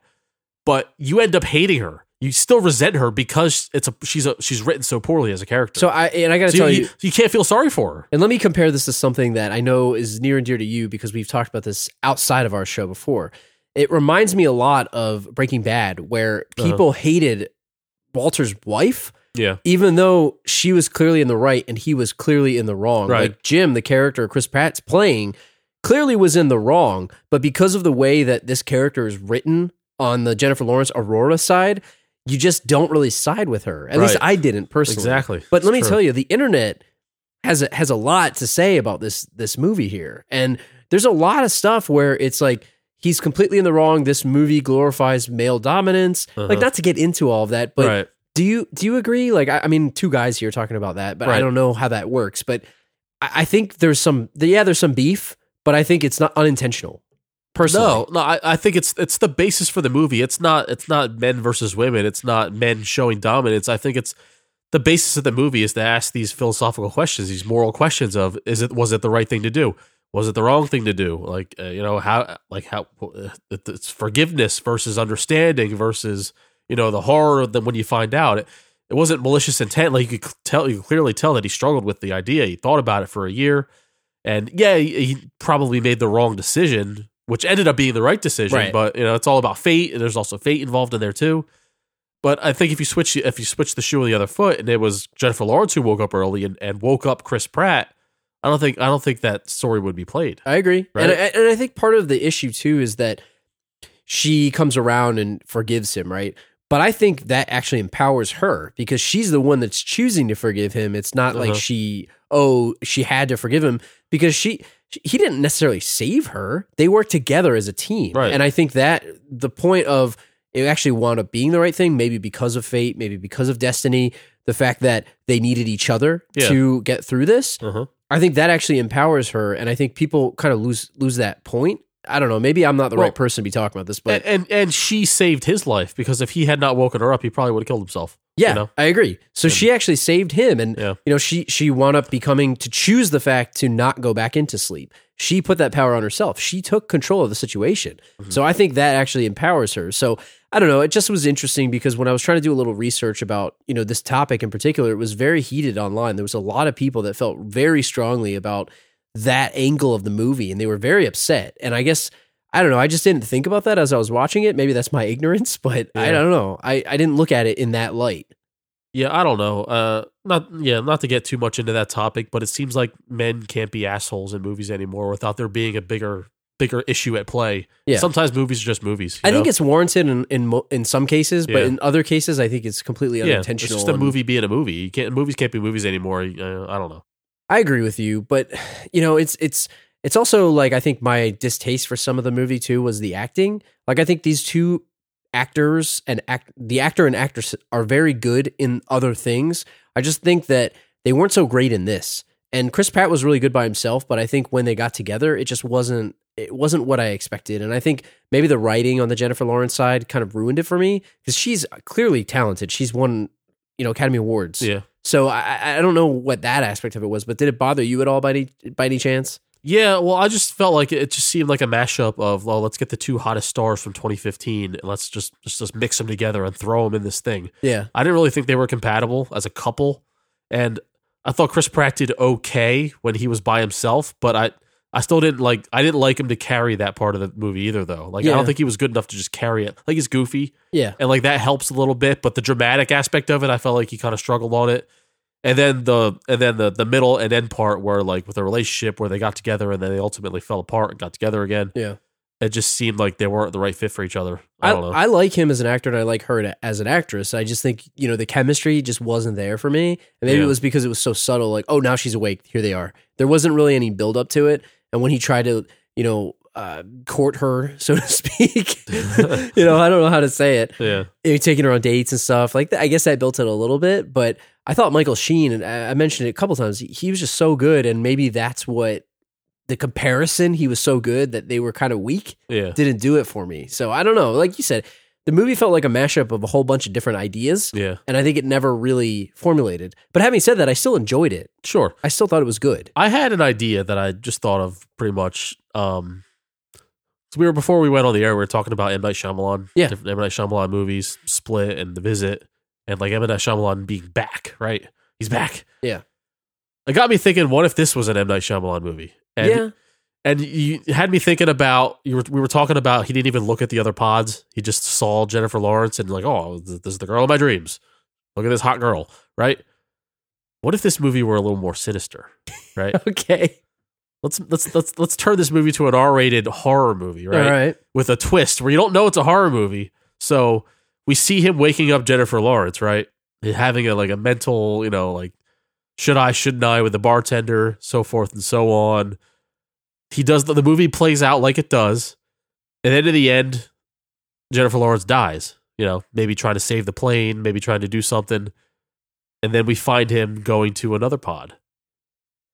Speaker 2: but you end up hating her. You still resent her because it's a she's a she's written so poorly as a character.
Speaker 1: So I and I got to
Speaker 2: So
Speaker 1: tell
Speaker 2: you,
Speaker 1: you,
Speaker 2: you, you can't feel sorry for her.
Speaker 1: And let me compare this to something that I know is near and dear to you because we've talked about this outside of our show before. It reminds me a lot of Breaking Bad, where
Speaker 2: Uh-huh.
Speaker 1: people hated Walter's wife,
Speaker 2: Yeah,
Speaker 1: even though she was clearly in the right and he was clearly in the wrong.
Speaker 2: Right.
Speaker 1: Like Jim, the character Chris Pratt's playing, clearly was in the wrong, but because of the way that this character is written on the Jennifer Lawrence Aurora side, you just don't really side with her. At least
Speaker 2: Right.
Speaker 1: I didn't personally.
Speaker 2: exactly.
Speaker 1: But let
Speaker 2: It's
Speaker 1: me
Speaker 2: true.
Speaker 1: tell you, the internet has a, has a lot to say about this this movie here, and there's a lot of stuff where it's like he's completely in the wrong. This movie glorifies male dominance. Like
Speaker 2: Uh-huh.
Speaker 1: not to get into all of that, but
Speaker 2: right.
Speaker 1: do you do you agree? Like I, I mean, two guys here talking about that, but I
Speaker 2: Right.
Speaker 1: don't know how that works. But I, I think there's some yeah, there's some beef, but I think it's not unintentional. Personally,
Speaker 2: No, no, I, I think it's it's the basis for the movie. It's not it's not men versus women. It's not men showing dominance. I think it's the basis of the movie is to ask these philosophical questions, these moral questions of is it was it the right thing to do? Was it the wrong thing to do? Like uh, you know how like how uh, it's forgiveness versus understanding versus you know the horror of the, when you find out. it wasn't malicious intent. Like you could tell, you could clearly tell that he struggled with the idea. He thought about it for a year, and yeah, he, he probably made the wrong decision, which ended up being the right decision.
Speaker 1: Right.
Speaker 2: But you know, it's all about fate, and there's also fate involved in there too. But I think if you switch if you switch the shoe on the other foot, and it was Jennifer Lawrence who woke up early and, and woke up Chris Pratt, I don't think I don't think that story would be played.
Speaker 1: I agree,
Speaker 2: Right?
Speaker 1: and I, and I think part of the issue too is that she comes around and forgives him, right? But I think that actually empowers her because she's the one that's choosing to forgive him. It's not like
Speaker 2: Uh-huh.
Speaker 1: she, oh, she had to forgive him because she, she- he didn't necessarily save her. They worked together as a team,
Speaker 2: Right.
Speaker 1: and I think that the point of it actually wound up being the right thing, maybe because of fate, maybe because of destiny, the fact that they needed each other
Speaker 2: Yeah.
Speaker 1: to get through this.
Speaker 2: Uh-huh.
Speaker 1: I think that actually empowers her, and I think people kind of lose lose that point. I don't know. Maybe I'm not the
Speaker 2: Well- eh,
Speaker 1: right person to be talking about this, but
Speaker 2: But, and, and and she saved his life because if he had not woken her up, he probably would have killed himself.
Speaker 1: yeah,
Speaker 2: you know?
Speaker 1: I agree. So she actually saved him, and
Speaker 2: Yeah.
Speaker 1: you know she she wound up becoming to choose the fact to not go back into sleep. She put that power on herself. She took control of the situation. So I think that actually empowers her. So I don't know. It just was interesting because when I was trying to do a little research about you know this topic in particular, it was very heated online. There was a lot of people that felt very strongly about that angle of the movie, and they were very upset. And I guess I don't know. I just didn't think about that as I was watching it. Maybe that's my ignorance, but I
Speaker 2: Yeah.
Speaker 1: don't know. I, I didn't look at it in that light.
Speaker 2: Yeah, I don't know. Uh, not yeah, not to get too much into that topic, but it seems like men can't be assholes in movies anymore without there being a bigger bigger issue at play.
Speaker 1: Yeah.
Speaker 2: sometimes movies are just movies.
Speaker 1: I think it's warranted in in, mo- in some cases, but
Speaker 2: Yeah.
Speaker 1: in other cases, I think it's completely
Speaker 2: yeah, it's
Speaker 1: unintentional.
Speaker 2: just a
Speaker 1: and-
Speaker 2: movie being a movie. You can't movies can't be movies anymore. Uh, I don't know.
Speaker 1: I agree with you, but you know, it's it's it's also like I think my distaste for some of the movie too was the acting. Like I think these two actors and act the actor and actress are very good in other things. I just think that they weren't so great in this. And Chris Pratt was really good by himself, but I think when they got together, it just wasn't it wasn't what I expected. And I think maybe the writing on the Jennifer Lawrence side kind of ruined it for me because she's clearly talented. She's won, you know, Academy Awards.
Speaker 2: Yeah,
Speaker 1: So I- I, I don't know what that aspect of it was, but did it bother you at all by any by any chance?
Speaker 2: yeah. Well, I just felt like it just seemed like a mashup of well, let's get the two hottest stars from 2015 and let's just let's just mix them together and throw them in this thing.
Speaker 1: Yeah,
Speaker 2: I didn't really think they were compatible as a couple, and I thought Chris Pratt did okay when he was by himself, but I I still didn't like I didn't like him to carry that part of the movie either though. Like I
Speaker 1: Yeah.
Speaker 2: don't think he was good enough to just carry it. Like he's goofy
Speaker 1: yeah,
Speaker 2: and like that helps a little bit, but the dramatic aspect of it, I felt like he kind of struggled on it. And then the and then the the middle and end part where like with the relationship where they got together and then they ultimately fell apart and got together again.
Speaker 1: yeah.
Speaker 2: It just seemed like they weren't the right fit for each other. I
Speaker 1: I,
Speaker 2: don't know.
Speaker 1: I like him as an actor, and I like her to- as an actress. I just think you know the chemistry just wasn't there for me, and maybe
Speaker 2: Yeah.
Speaker 1: it was because it was so subtle. Like, oh, now she's awake. Here they are. There wasn't really any build up to it, and when he tried to, you know, uh, court her, so to speak, you know, I don't know how to say it.
Speaker 2: yeah.
Speaker 1: you know, taking her on dates and stuff like that. I guess that built it a little bit, but I thought Michael Sheen and I I mentioned it a couple times. He- He was just so good, and maybe that's what the comparison. He was so good that they were kind of weak.
Speaker 2: Yeah.
Speaker 1: Didn't do it for me. So I don't know. Like you said, the movie felt like a mashup of a whole bunch of different ideas,
Speaker 2: Yeah.
Speaker 1: and I think it never really formulated. But having said that, I still enjoyed it.
Speaker 2: Sure.
Speaker 1: I still thought it was good.
Speaker 2: I had an idea that I just thought of pretty much. Um, so we were before we went on the air. We were talking about M Night Shyamalan,
Speaker 1: Yeah.
Speaker 2: different M Night Shyamalan movies, Split and The Visit, and like M Night Shyamalan being back. Right, he's back.
Speaker 1: Yeah.
Speaker 2: it got me thinking. What if this was an M Night Shyamalan movie? And,
Speaker 1: yeah,
Speaker 2: and you had me thinking about you were we were talking about he didn't even look at the other pods. He just saw Jennifer Lawrence and like, oh, th- this is the girl of my dreams. Look at this hot girl, right? What if this movie were a little more sinister, right?
Speaker 1: okay,
Speaker 2: let's let's let's let's turn this movie to an R-rated horror movie, right?
Speaker 1: all right,
Speaker 2: With a twist where you don't know it's a horror movie. So we see him waking up Jennifer Lawrence, right? And having a like a mental, you know, like should I, shouldn't I with the bartender, so forth and so on. He does the, the movie plays out like it does. And then in the end, Jennifer Lawrence dies, you know, maybe trying to save the plane, maybe trying to do something. And then we find him going to another pod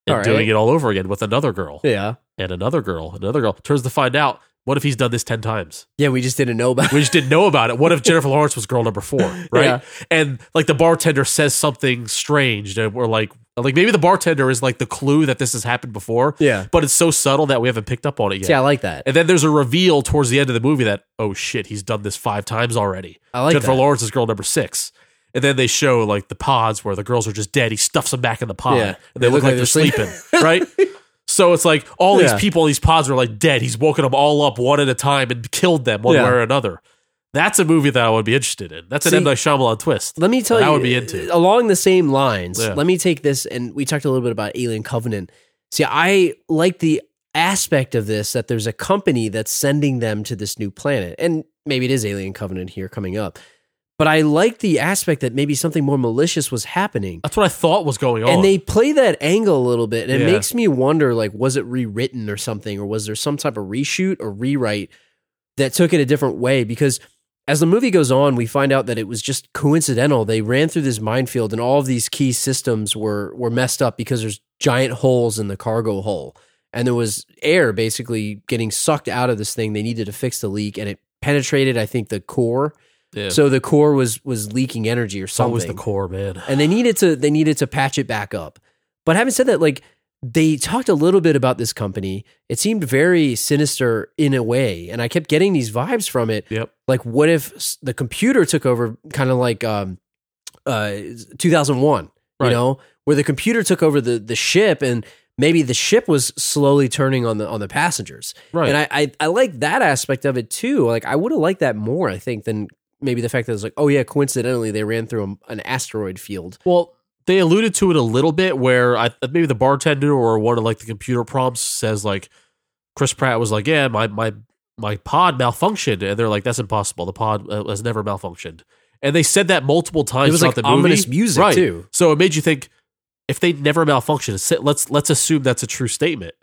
Speaker 2: and
Speaker 1: All right.
Speaker 2: doing it all over again with another girl
Speaker 1: yeah,
Speaker 2: and another girl, another girl. Turns to find out, what if he's done this 10 times?
Speaker 1: yeah. We just didn't know about.
Speaker 2: We just didn't know about it. What if Jennifer Lawrence was girl number four, right?
Speaker 1: Yeah.
Speaker 2: And like the bartender says something strange that we're like, like maybe the bartender is like the clue that this has happened before,
Speaker 1: Yeah,
Speaker 2: but it's so subtle that we haven't picked up on it yet.
Speaker 1: yeah. I like that.
Speaker 2: And then there's a reveal towards the end of the movie that, oh shit, he's done this five times already.
Speaker 1: I like
Speaker 2: Jennifer
Speaker 1: that.
Speaker 2: Lawrence is girl number six. And then they show like the pods where the girls are just dead. He stuffs them back in the pod.
Speaker 1: Yeah.
Speaker 2: And they, look, like they're sleeping, right? So it's like all
Speaker 1: Yeah.
Speaker 2: these people, in these pods are like dead. He's woken them all up one at a time and killed them one
Speaker 1: Yeah.
Speaker 2: way or another. That's a movie that I would be interested in. That's an
Speaker 1: See-
Speaker 2: M Night Shyamalan twist.
Speaker 1: Let me tell
Speaker 2: That
Speaker 1: you,
Speaker 2: I would be into.
Speaker 1: along the same lines.
Speaker 2: Yeah.
Speaker 1: Let me take this, and we talked a little bit about Alien Covenant. See, I like the aspect of this that there's a company that's sending them to this new planet, and maybe it is Alien Covenant here coming up. But I like the aspect that maybe something more malicious was happening.
Speaker 2: That's what I thought was going on.
Speaker 1: And they play that angle a little bit, and it
Speaker 2: Oh. Yeah.
Speaker 1: makes me wonder: like, was it rewritten or something, or was there some type of reshoot or rewrite that took it a different way? Because as the movie goes on, we find out that it was just coincidental. They ran through this minefield, and all of these key systems were were messed up because there's giant holes in the cargo hull, and there was air basically getting sucked out of this thing. They needed to fix the leak, and it penetrated, I think, the core.
Speaker 2: yeah.
Speaker 1: So the core was was leaking energy or
Speaker 2: it's
Speaker 1: something
Speaker 2: always the core, man.
Speaker 1: and they needed to they needed to patch it back up. But having said that, like they talked a little bit about this company. It seemed very sinister in a way, and I kept getting these vibes from it.
Speaker 2: Yep.
Speaker 1: Like, what if s- the computer took over, kind of like um, uh, 2001,
Speaker 2: Right.
Speaker 1: you know, where the computer took over the the ship, and maybe the ship was slowly turning on the on the passengers.
Speaker 2: Right.
Speaker 1: And I, I I like that aspect of it too. Like I would have liked that more, I think, than maybe the fact that it's like, oh yeah, coincidentally they ran through a, an asteroid field.
Speaker 2: Well, they alluded to it a little bit where I, maybe the bartender or one of like the computer prompts says like Chris Pratt was like, "Yeah, my my my pod malfunctioned," and they're like, "That's impossible. The pod uh, has never malfunctioned." And they said that multiple times
Speaker 1: It was like
Speaker 2: throughout Oh, the movie.
Speaker 1: ominous music
Speaker 2: right?
Speaker 1: too.
Speaker 2: So it made you think if they never malfunctioned, si- let's let's assume that's a true statement.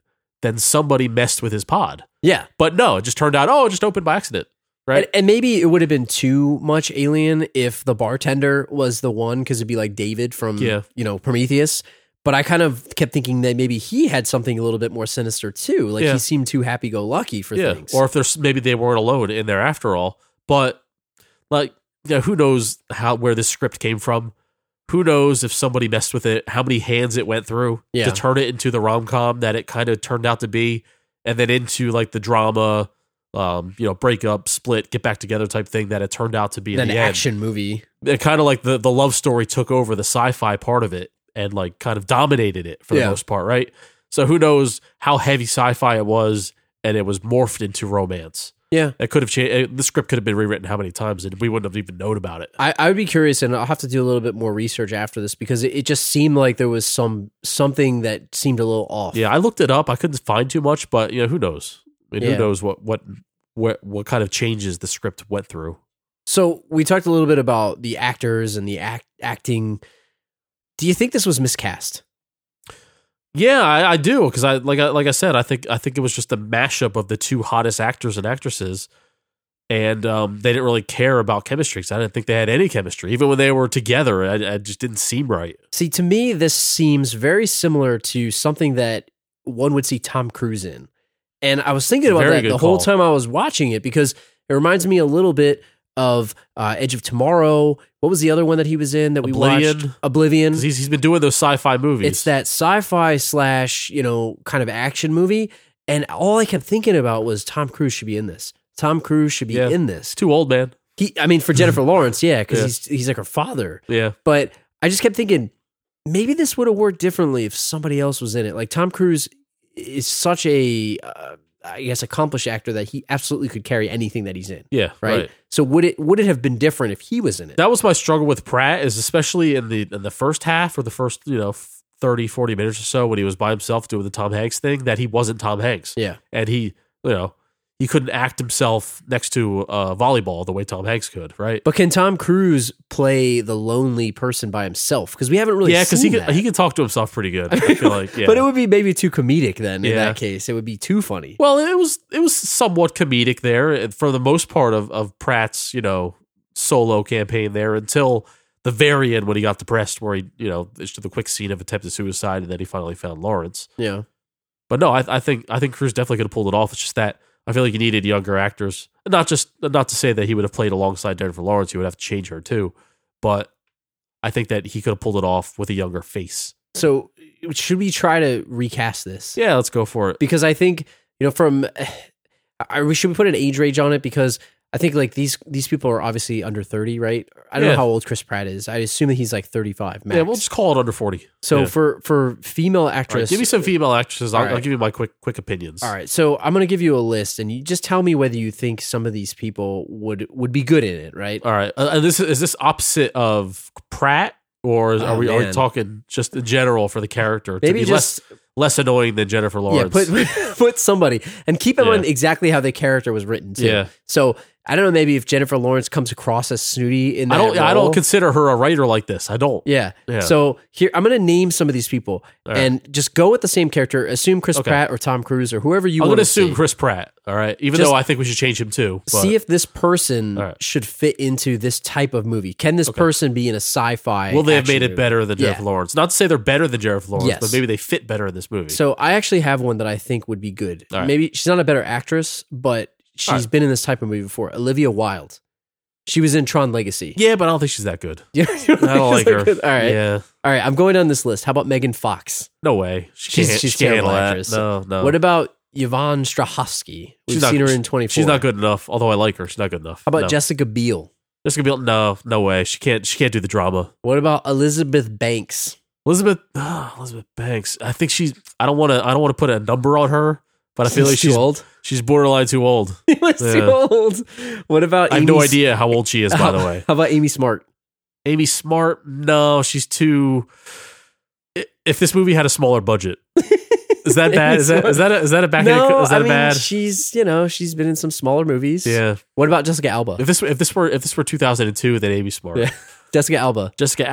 Speaker 2: Then somebody messed with his pod,
Speaker 1: Yeah.
Speaker 2: but no, it just turned out oh, it just opened by accident. Right.
Speaker 1: And, and maybe it would have been too much alien if the bartender was the one because it'd be like David from
Speaker 2: Yeah.
Speaker 1: you know Prometheus. But I kind of kept thinking that maybe he had something a little bit more sinister too. Like
Speaker 2: Yeah.
Speaker 1: he seemed too happy go lucky for things.
Speaker 2: Or if there's maybe they weren't alone in there after all. But like, yeah, who knows how where this script came from? Who knows if somebody messed with it? How many hands it went through
Speaker 1: Yeah.
Speaker 2: to turn it into the rom com that it kind of turned out to be, and then into like the drama, um, you know, breakup, split, get back together type thing that it turned out to be. in
Speaker 1: an
Speaker 2: the end
Speaker 1: action movie.
Speaker 2: it kind of like the the love story took over the sci-fi part of it and like kind of dominated it for the
Speaker 1: Yeah.
Speaker 2: most part, right? So who knows how heavy sci-fi it was and it was morphed into romance.
Speaker 1: Yeah.
Speaker 2: It could have changed the script could have been rewritten how many times and we wouldn't have even known about it.
Speaker 1: I, I would be curious, and I'll have to do a little bit more research after this because it, it just seemed like there was some something that seemed a little off.
Speaker 2: Yeah, I looked it up. I couldn't find too much, but you know, who knows? I mean,
Speaker 1: Yeah.
Speaker 2: who knows what what what what kind of changes the script went through.
Speaker 1: So we talked a little bit about the actors and the act, acting. Do you think this was miscast?
Speaker 2: Yeah, I, I do because I like I like I said, I think I think it was just a mashup of the two hottest actors and actresses, and um, they didn't really care about chemistry. 'cause I didn't think they had any chemistry, even when they were together. I, I just didn't seem right.
Speaker 1: See, to me, this seems very similar to something that one would see Tom Cruise in. And I was thinking about
Speaker 2: Very
Speaker 1: that the
Speaker 2: good
Speaker 1: whole
Speaker 2: call.
Speaker 1: time I was watching it because it reminds me a little bit of uh, Edge of Tomorrow. What was the other one that he was in that we watched?
Speaker 2: Oblivion.
Speaker 1: Oblivion.
Speaker 2: 'Cause he's he's been doing those sci-fi movies.
Speaker 1: It's that sci-fi slash, you know, kind of action movie. And all I kept thinking about was Tom Cruise should be in this. Tom Cruise should be
Speaker 2: Yeah.
Speaker 1: in this.
Speaker 2: too old, man.
Speaker 1: He, I mean, for Jennifer Lawrence, yeah, because
Speaker 2: Yeah.
Speaker 1: he's he's like her father.
Speaker 2: Yeah,
Speaker 1: But I just kept thinking maybe this would have worked differently if somebody else was in it. Like Tom Cruise is such a, uh, I guess, accomplished actor that he absolutely could carry anything that he's in.
Speaker 2: yeah,
Speaker 1: Right. So would it would it have been different if he was in it?
Speaker 2: That was my struggle with Pratt is especially in the in the first half or the first you know 30, 40 minutes or so when he was by himself doing the Tom Hanks thing that he wasn't Tom Hanks.
Speaker 1: yeah.
Speaker 2: and he you know he couldn't act himself next to uh, volleyball the way Tom Hanks could, right?
Speaker 1: But can Tom Cruise play the lonely person by himself? Because we haven't really
Speaker 2: yeah,
Speaker 1: because
Speaker 2: because he could, he could talk to himself pretty good. I feel like, yeah.
Speaker 1: But it would be maybe too comedic then. In
Speaker 2: Yeah.
Speaker 1: that case, it would be too funny.
Speaker 2: well, it was it was somewhat comedic there and for the most part of of Pratt's you know solo campaign there until the very end when he got depressed, where he you know it's the quick scene of attempted suicide and then he finally found Lawrence.
Speaker 1: Yeah.
Speaker 2: But no, I, I think I think Cruz definitely could have pulled it off. It's just that I feel like you needed younger actors. Not just not to say that he would have played alongside Jennifer Lawrence, you would have to change her too. But I think that he could have pulled it off with a younger face.
Speaker 1: So should we try to recast this?
Speaker 2: Yeah, let's go for it.
Speaker 1: because I think you know from I, we should we put an age range on it because I think like these these people are obviously under thirty, right? I don't
Speaker 2: Yeah.
Speaker 1: know how old Chris Pratt is. I assume that he's like thirty five max.
Speaker 2: Yeah, we'll just call it under forty.
Speaker 1: so
Speaker 2: yeah.
Speaker 1: for for female
Speaker 2: All right,
Speaker 1: actress,
Speaker 2: give me some female actresses. I'll,
Speaker 1: All right.
Speaker 2: I'll give you my quick quick opinions.
Speaker 1: All right, so I'm gonna give you a list, and you just tell me whether you think some of these people would would be good in it, right?
Speaker 2: all right. Uh, and this is this opposite of Pratt, or is-
Speaker 1: Oh,
Speaker 2: are we are we
Speaker 1: man.
Speaker 2: talking just in general for the character to
Speaker 1: Maybe
Speaker 2: be
Speaker 1: just
Speaker 2: less less annoying than Jennifer
Speaker 1: yeah,
Speaker 2: Lawrence?
Speaker 1: put put somebody and keep in
Speaker 2: Yeah.
Speaker 1: mind exactly how the character was written. Too.
Speaker 2: Yeah.
Speaker 1: So I don't know, maybe if Jennifer Lawrence comes across as snooty in that
Speaker 2: I don't I
Speaker 1: role.
Speaker 2: don't consider her a writer like this. I don't.
Speaker 1: Yeah.
Speaker 2: Yeah.
Speaker 1: So here I'm going to name some of these people
Speaker 2: All right.
Speaker 1: and just go with the same character. Assume Chris
Speaker 2: Okay.
Speaker 1: Pratt or Tom Cruise or whoever you
Speaker 2: I'm
Speaker 1: want
Speaker 2: going to
Speaker 1: to
Speaker 2: assume
Speaker 1: see.
Speaker 2: Chris Pratt. All right, even
Speaker 1: Just-
Speaker 2: though I think we should change him too. But
Speaker 1: see if this person
Speaker 2: All right.
Speaker 1: should fit into this type of movie. Can this person be in a sci-fi?
Speaker 2: will they have
Speaker 1: action
Speaker 2: made it
Speaker 1: movie?
Speaker 2: better than
Speaker 1: Yeah.
Speaker 2: Jennifer Lawrence? Not to say they're better than Jennifer Lawrence,
Speaker 1: Yes.
Speaker 2: but maybe they fit better in this movie.
Speaker 1: So I actually have one that I think would be good.
Speaker 2: All right.
Speaker 1: Maybe she's not a better actress, but she's
Speaker 2: All right.
Speaker 1: been in this type of movie before. Olivia Wilde. She was in Tron Legacy.
Speaker 2: yeah, but I don't think she's that good.
Speaker 1: Yeah.
Speaker 2: I don't like her.
Speaker 1: All right.
Speaker 2: Yeah.
Speaker 1: All right. I'm going down this list. How about Megan Fox?
Speaker 2: No way. She
Speaker 1: She's-
Speaker 2: can't,
Speaker 1: she's
Speaker 2: she can't
Speaker 1: terrible
Speaker 2: handle
Speaker 1: actress.
Speaker 2: that. No, no.
Speaker 1: What about Yvonne Strahovski? We've
Speaker 2: Oh. She's not-
Speaker 1: seen her in 24.
Speaker 2: she's not good enough. Although I like her, she's not good enough.
Speaker 1: How about
Speaker 2: no.
Speaker 1: Jessica Biel?
Speaker 2: Jessica Biel? No, no way. She can't. She can't do the drama.
Speaker 1: What about Elizabeth Banks?
Speaker 2: Elizabeth. ah, Elizabeth Banks. I think she's. I don't want to. I don't want to put a number on her, but I feel like she's
Speaker 1: old.
Speaker 2: she's borderline too old.
Speaker 1: she was
Speaker 2: Yeah.
Speaker 1: too old. What about?
Speaker 2: I have
Speaker 1: Amy
Speaker 2: no
Speaker 1: S-
Speaker 2: idea how old she is. By the way,
Speaker 1: How about Amy Smart?
Speaker 2: Amy Smart, no, she's too. I- If this movie had a smaller budget, is that bad? Is that is that a, is that a back?
Speaker 1: no,
Speaker 2: of the, is that
Speaker 1: I
Speaker 2: a
Speaker 1: mean
Speaker 2: bad?
Speaker 1: she's you know she's been in some smaller movies.
Speaker 2: yeah.
Speaker 1: What about Jessica Alba?
Speaker 2: If this if this were if this were 2002, then Amy Smart,
Speaker 1: Yeah. Jessica Alba.
Speaker 2: Jessica